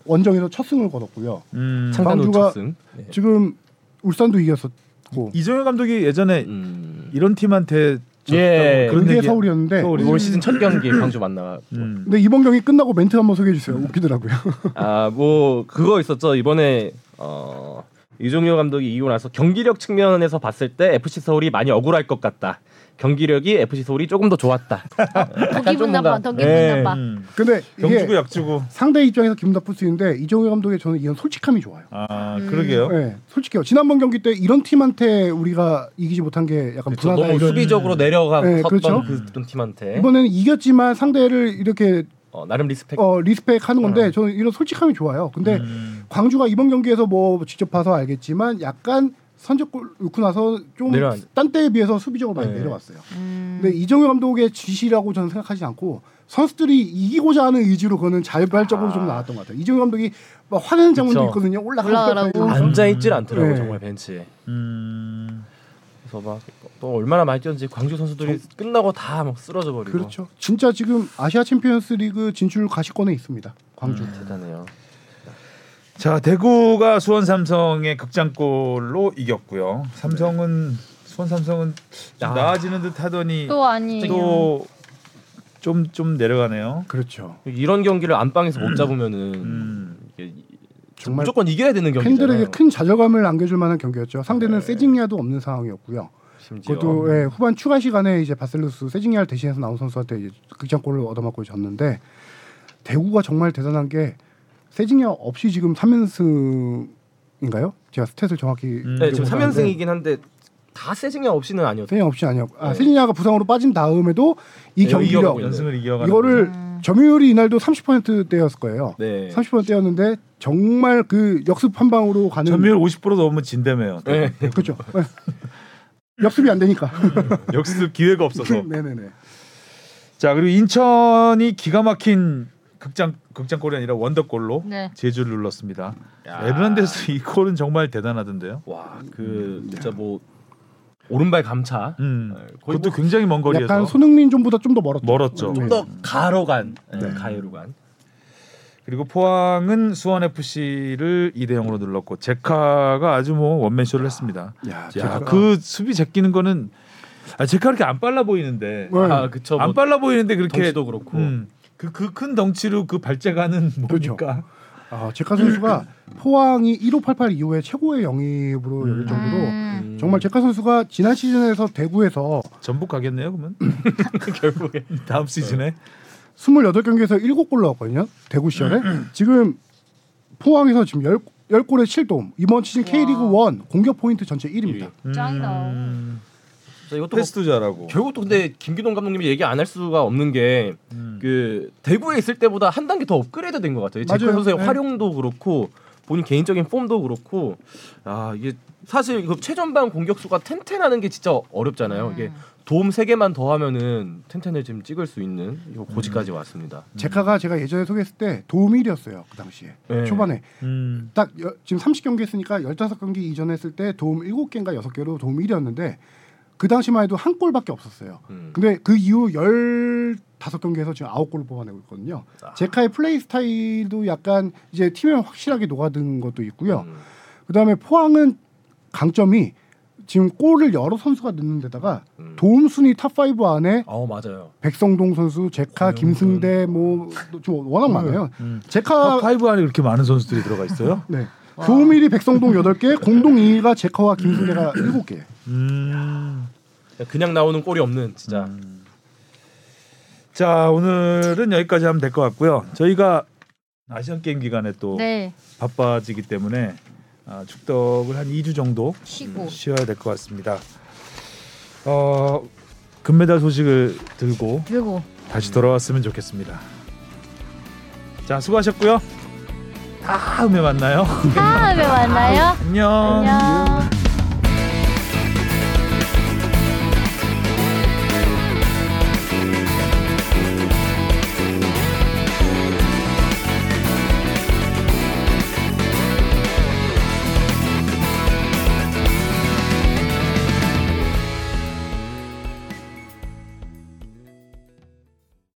Speaker 4: 원정에서 첫 승을 거뒀고요.
Speaker 2: 음,
Speaker 3: 창단 후
Speaker 4: 광주가-
Speaker 3: 첫승 네.
Speaker 4: 지금 울산도 이겼었고
Speaker 2: 이정현 감독이 예전에
Speaker 3: 음.
Speaker 2: 이런 팀한테 졌다고
Speaker 3: 예.
Speaker 2: 그런
Speaker 4: 그게
Speaker 2: 얘기
Speaker 4: 서울이었는데
Speaker 2: 서울이-
Speaker 3: 올 시즌 첫 경기 광주 만나
Speaker 2: 음.
Speaker 4: 근데 이번 경기 끝나고 멘트 한번 소개해 주세요. 웃기더라고요.
Speaker 3: 아 뭐 그거 있었죠 이번에 어 이종효 감독이 이기고 나서 경기력 측면에서 봤을 때 FC 서울이 많이 억울할 것 같다. 경기력이 FC 서울이 조금 더 좋았다.
Speaker 1: 더 기분
Speaker 3: 좀
Speaker 1: 나빠.
Speaker 3: 뭔가-
Speaker 1: 더 기분
Speaker 3: 예.
Speaker 1: 나빠.
Speaker 2: 음.
Speaker 4: 근데 이게
Speaker 2: 경주고 약주고
Speaker 4: 상대 입장에서 기분 나쁠 수 있는데 이정우 감독의 저는 이런 솔직함이 좋아요.
Speaker 2: 아 그러게요.
Speaker 4: 네, 솔직해요. 지난번 경기 때 이런 팀한테 우리가 이기지 못한 게
Speaker 2: 네,
Speaker 4: 약간
Speaker 3: 그렇죠.
Speaker 4: 불안하다
Speaker 3: 너무
Speaker 4: 이런
Speaker 3: 수비적으로
Speaker 4: 네,
Speaker 3: 내려가고 섰던
Speaker 4: 그렇죠.
Speaker 3: 그 그런 팀한테
Speaker 4: 이번에는 이겼지만 상대를 이렇게
Speaker 3: 어, 나름 리스펙.
Speaker 4: 어, 리스펙하는 건데 저는 이런 솔직함이 좋아요. 근데
Speaker 2: 아. 음.
Speaker 4: 광주가 이번 경기에서 뭐 직접 봐서 알겠지만 약간 선제골 넣고 나서 좀
Speaker 3: 내려앉-
Speaker 4: 딴 때에 비해서 수비적으로 많이
Speaker 3: 네.
Speaker 4: 내려왔어요.
Speaker 1: 음.
Speaker 4: 근데 이정효 감독의 지시라고 저는 생각하지 않고 선수들이 이기고자 하는 의지로 그거는 자발적으로 좀 나왔던 것 같아요. 이정효 감독이 막 화내는 장면도
Speaker 3: 그쵸.
Speaker 4: 있거든요. 올라가라고.
Speaker 1: 올라가라고.
Speaker 3: 앉아 있질 않더라고
Speaker 4: 네.
Speaker 3: 정말 벤치에.
Speaker 2: 음.
Speaker 3: 그래서 막 또 얼마나 많이 뛰었는지 광주 선수들이 끝나고 다 막 쓰러져 버리고.
Speaker 4: 그렇죠. 진짜 지금 아시아 챔피언스리그 진출 가시권에 있습니다.
Speaker 3: 음.
Speaker 4: 광주.
Speaker 3: 대단해요.
Speaker 2: 자 대구가 수원 삼성의 극장골로 이겼고요. 삼성은 수원 삼성은 좀
Speaker 3: 아.
Speaker 2: 나아지는 듯 하더니
Speaker 1: 또 아니에요.
Speaker 2: 또 좀 좀 내려가네요.
Speaker 4: 그렇죠.
Speaker 3: 이런 경기를 안방에서 못 잡으면은
Speaker 2: 음.
Speaker 3: 이게 이-
Speaker 4: 정말
Speaker 3: 무조건 이겨야 되는 경기잖아요. 네.
Speaker 4: 팬들에게 큰 좌절감을 안겨줄 만한 경기였죠. 상대는 세징야도 없는 상황이었고요.
Speaker 3: 심지어. 음.
Speaker 4: 그것도 예, 후반 추가 시간에 이제 바셀루스 세징야를 대신해서 나온 선수한테 이제 극장골을 얻어맞고 졌는데 대구가 정말 대단한 게 세징야 없이 지금 3연승인가요? 제가 스탯을 정확히
Speaker 3: 네, 지금
Speaker 4: 기억을
Speaker 3: 3연승이긴 한데 다 세징야 없이는 아니었어요.
Speaker 4: 세징야 없이 아니었고 아,
Speaker 3: 네.
Speaker 4: 세징야가 부상으로 빠진 다음에도 이
Speaker 3: 네,
Speaker 4: 경기력
Speaker 3: 이겨가고 있는
Speaker 2: 연승을 이겨가는
Speaker 4: 이거를
Speaker 1: 음.
Speaker 4: 점유율이 이날도 30%대였을 거예요.
Speaker 3: 네.
Speaker 4: 30%대였는데 정말 그 역습 한 방으로 가는
Speaker 2: 점유율 50% 넘으면 진다며요.
Speaker 3: 네.
Speaker 4: 그렇죠. 네. 역습이 안 되니까.
Speaker 2: 역습 기회가 없어서.
Speaker 4: 네네네.
Speaker 2: 자 그리고 인천이 기가 막힌 극장 극장골이 아니라 원더골로
Speaker 1: 네.
Speaker 2: 제주를 눌렀습니다.
Speaker 3: 야.
Speaker 2: 에르난데스 이 골은 정말 대단하던데요.
Speaker 3: 와, 그 진짜 뭐 오른발 감차.
Speaker 2: 음.
Speaker 3: 네, 거의
Speaker 2: 그것도 굉장히 먼 거리에서
Speaker 4: 약간 손흥민 좀보다 좀 더 멀었죠.
Speaker 2: 멀었죠.
Speaker 4: 네.
Speaker 3: 또 가로 간.
Speaker 4: 네.
Speaker 3: 네. 가해로 간.
Speaker 2: 그리고 포항은 수원 FC를 2대 0으로 눌렀고 제카가 아주 뭐 원맨쇼를 했습니다.
Speaker 4: 야,
Speaker 2: 야,
Speaker 4: 제가
Speaker 2: 그 수비 제끼는 거는 아, 제카 그렇게 안 빨라 보이는데
Speaker 4: 네.
Speaker 3: 아, 그쵸.
Speaker 2: 안
Speaker 3: 뭐
Speaker 2: 빨라 보이는데 그렇게 음,
Speaker 3: 덩치도 음. 그렇고.
Speaker 2: 그그 큰 덩치로 그 발재가는
Speaker 4: 그렇죠.
Speaker 2: 뭡니까?
Speaker 4: 아, 제카 선수가 포항이 1588 이후에 최고의 영입으로 열릴 정도로
Speaker 6: 음.
Speaker 4: 정말 제카 선수가 지난 시즌에서 대구에서
Speaker 2: 전북 가겠네요 그러면 결국에 다음 시즌에
Speaker 4: 28경기에서 7골 넣었거든요. 대구 시절에.
Speaker 6: 음.
Speaker 4: 지금 포항에서 지금 10, 10골에 7도움. 이번 시즌 K리그 1 공격 포인트 전체
Speaker 6: 예,
Speaker 4: 1위입니다.
Speaker 1: 네. 짱이다.
Speaker 2: 음,
Speaker 3: 예. 그래서 이것도 뭐
Speaker 2: 패스도 잘하고
Speaker 3: 결국 또 근데 김기동 감독님이 얘기 안 할 수가 없는 게
Speaker 2: 음.
Speaker 3: 그 대구에 있을 때보다 한 단계 더 업그레이드 된 것 같아요. 이 제크
Speaker 4: 맞아요.
Speaker 3: 선수의
Speaker 4: 네.
Speaker 3: 활용도 그렇고 본인 개인적인 폼도 그렇고 아 이게 사실 그 최전방 공격수가 텐텐하는 게 진짜 어렵잖아요. 이게 도움 세 개만 더 하면은 텐텐을 지금 찍을 수 있는 이 고지까지 왔습니다.
Speaker 4: 제카가 제가 예전에 소개했을 때 도움 1위였어요. 그 당시에.
Speaker 6: 예.
Speaker 3: 네.
Speaker 4: 초반에.
Speaker 2: 음.
Speaker 4: 딱 여- 지금 30경기 했으니까 15경기 이전에 했을 때 도움 7개인가 6개로 도움 1위였는데 그 당시만 해도 한 골밖에 없었어요.
Speaker 3: 음.
Speaker 4: 근데 그 이후 15경기에서 지금 9골을 뽑아내고 있거든요.
Speaker 3: 아.
Speaker 4: 제카의 플레이 스타일도 약간 이제 팀에 확실하게 녹아든 것도 있고요.
Speaker 3: 음.
Speaker 4: 그다음에 포항은 강점이 지금 골을 여러 선수가 넣는 데다가
Speaker 3: 음.
Speaker 4: 도움 순위 탑5 안에
Speaker 3: 어 맞아요.
Speaker 4: 백성동 선수, 제카, 김승대 뭐좀 워낙 많아요.
Speaker 2: 음.
Speaker 4: 제카
Speaker 2: 아, 파이브 안에 그렇게 많은 선수들이 들어가 있어요?
Speaker 4: 네. 도움 1위 백성동 8개, 공동 2위가 제카와 김승대가 7개.
Speaker 2: 음.
Speaker 3: 그냥 나오는 골이 없는 진짜
Speaker 2: 자 오늘은 여기까지 하면 될 것 같고요. 저희가 아시안 게임 기간에 또
Speaker 1: 네.
Speaker 2: 바빠지기 때문에 아, 축덕을 한 2주 정도
Speaker 1: 쉬고.
Speaker 2: 쉬어야 될 것 같습니다. 어, 금메달 소식을 들고
Speaker 1: 들고.
Speaker 2: 다시 돌아왔으면 좋겠습니다. 자 수고하셨고요. 다음에 만나요.
Speaker 1: 다음에 만나요.
Speaker 4: 아, 네.
Speaker 2: 안녕.
Speaker 1: 안녕.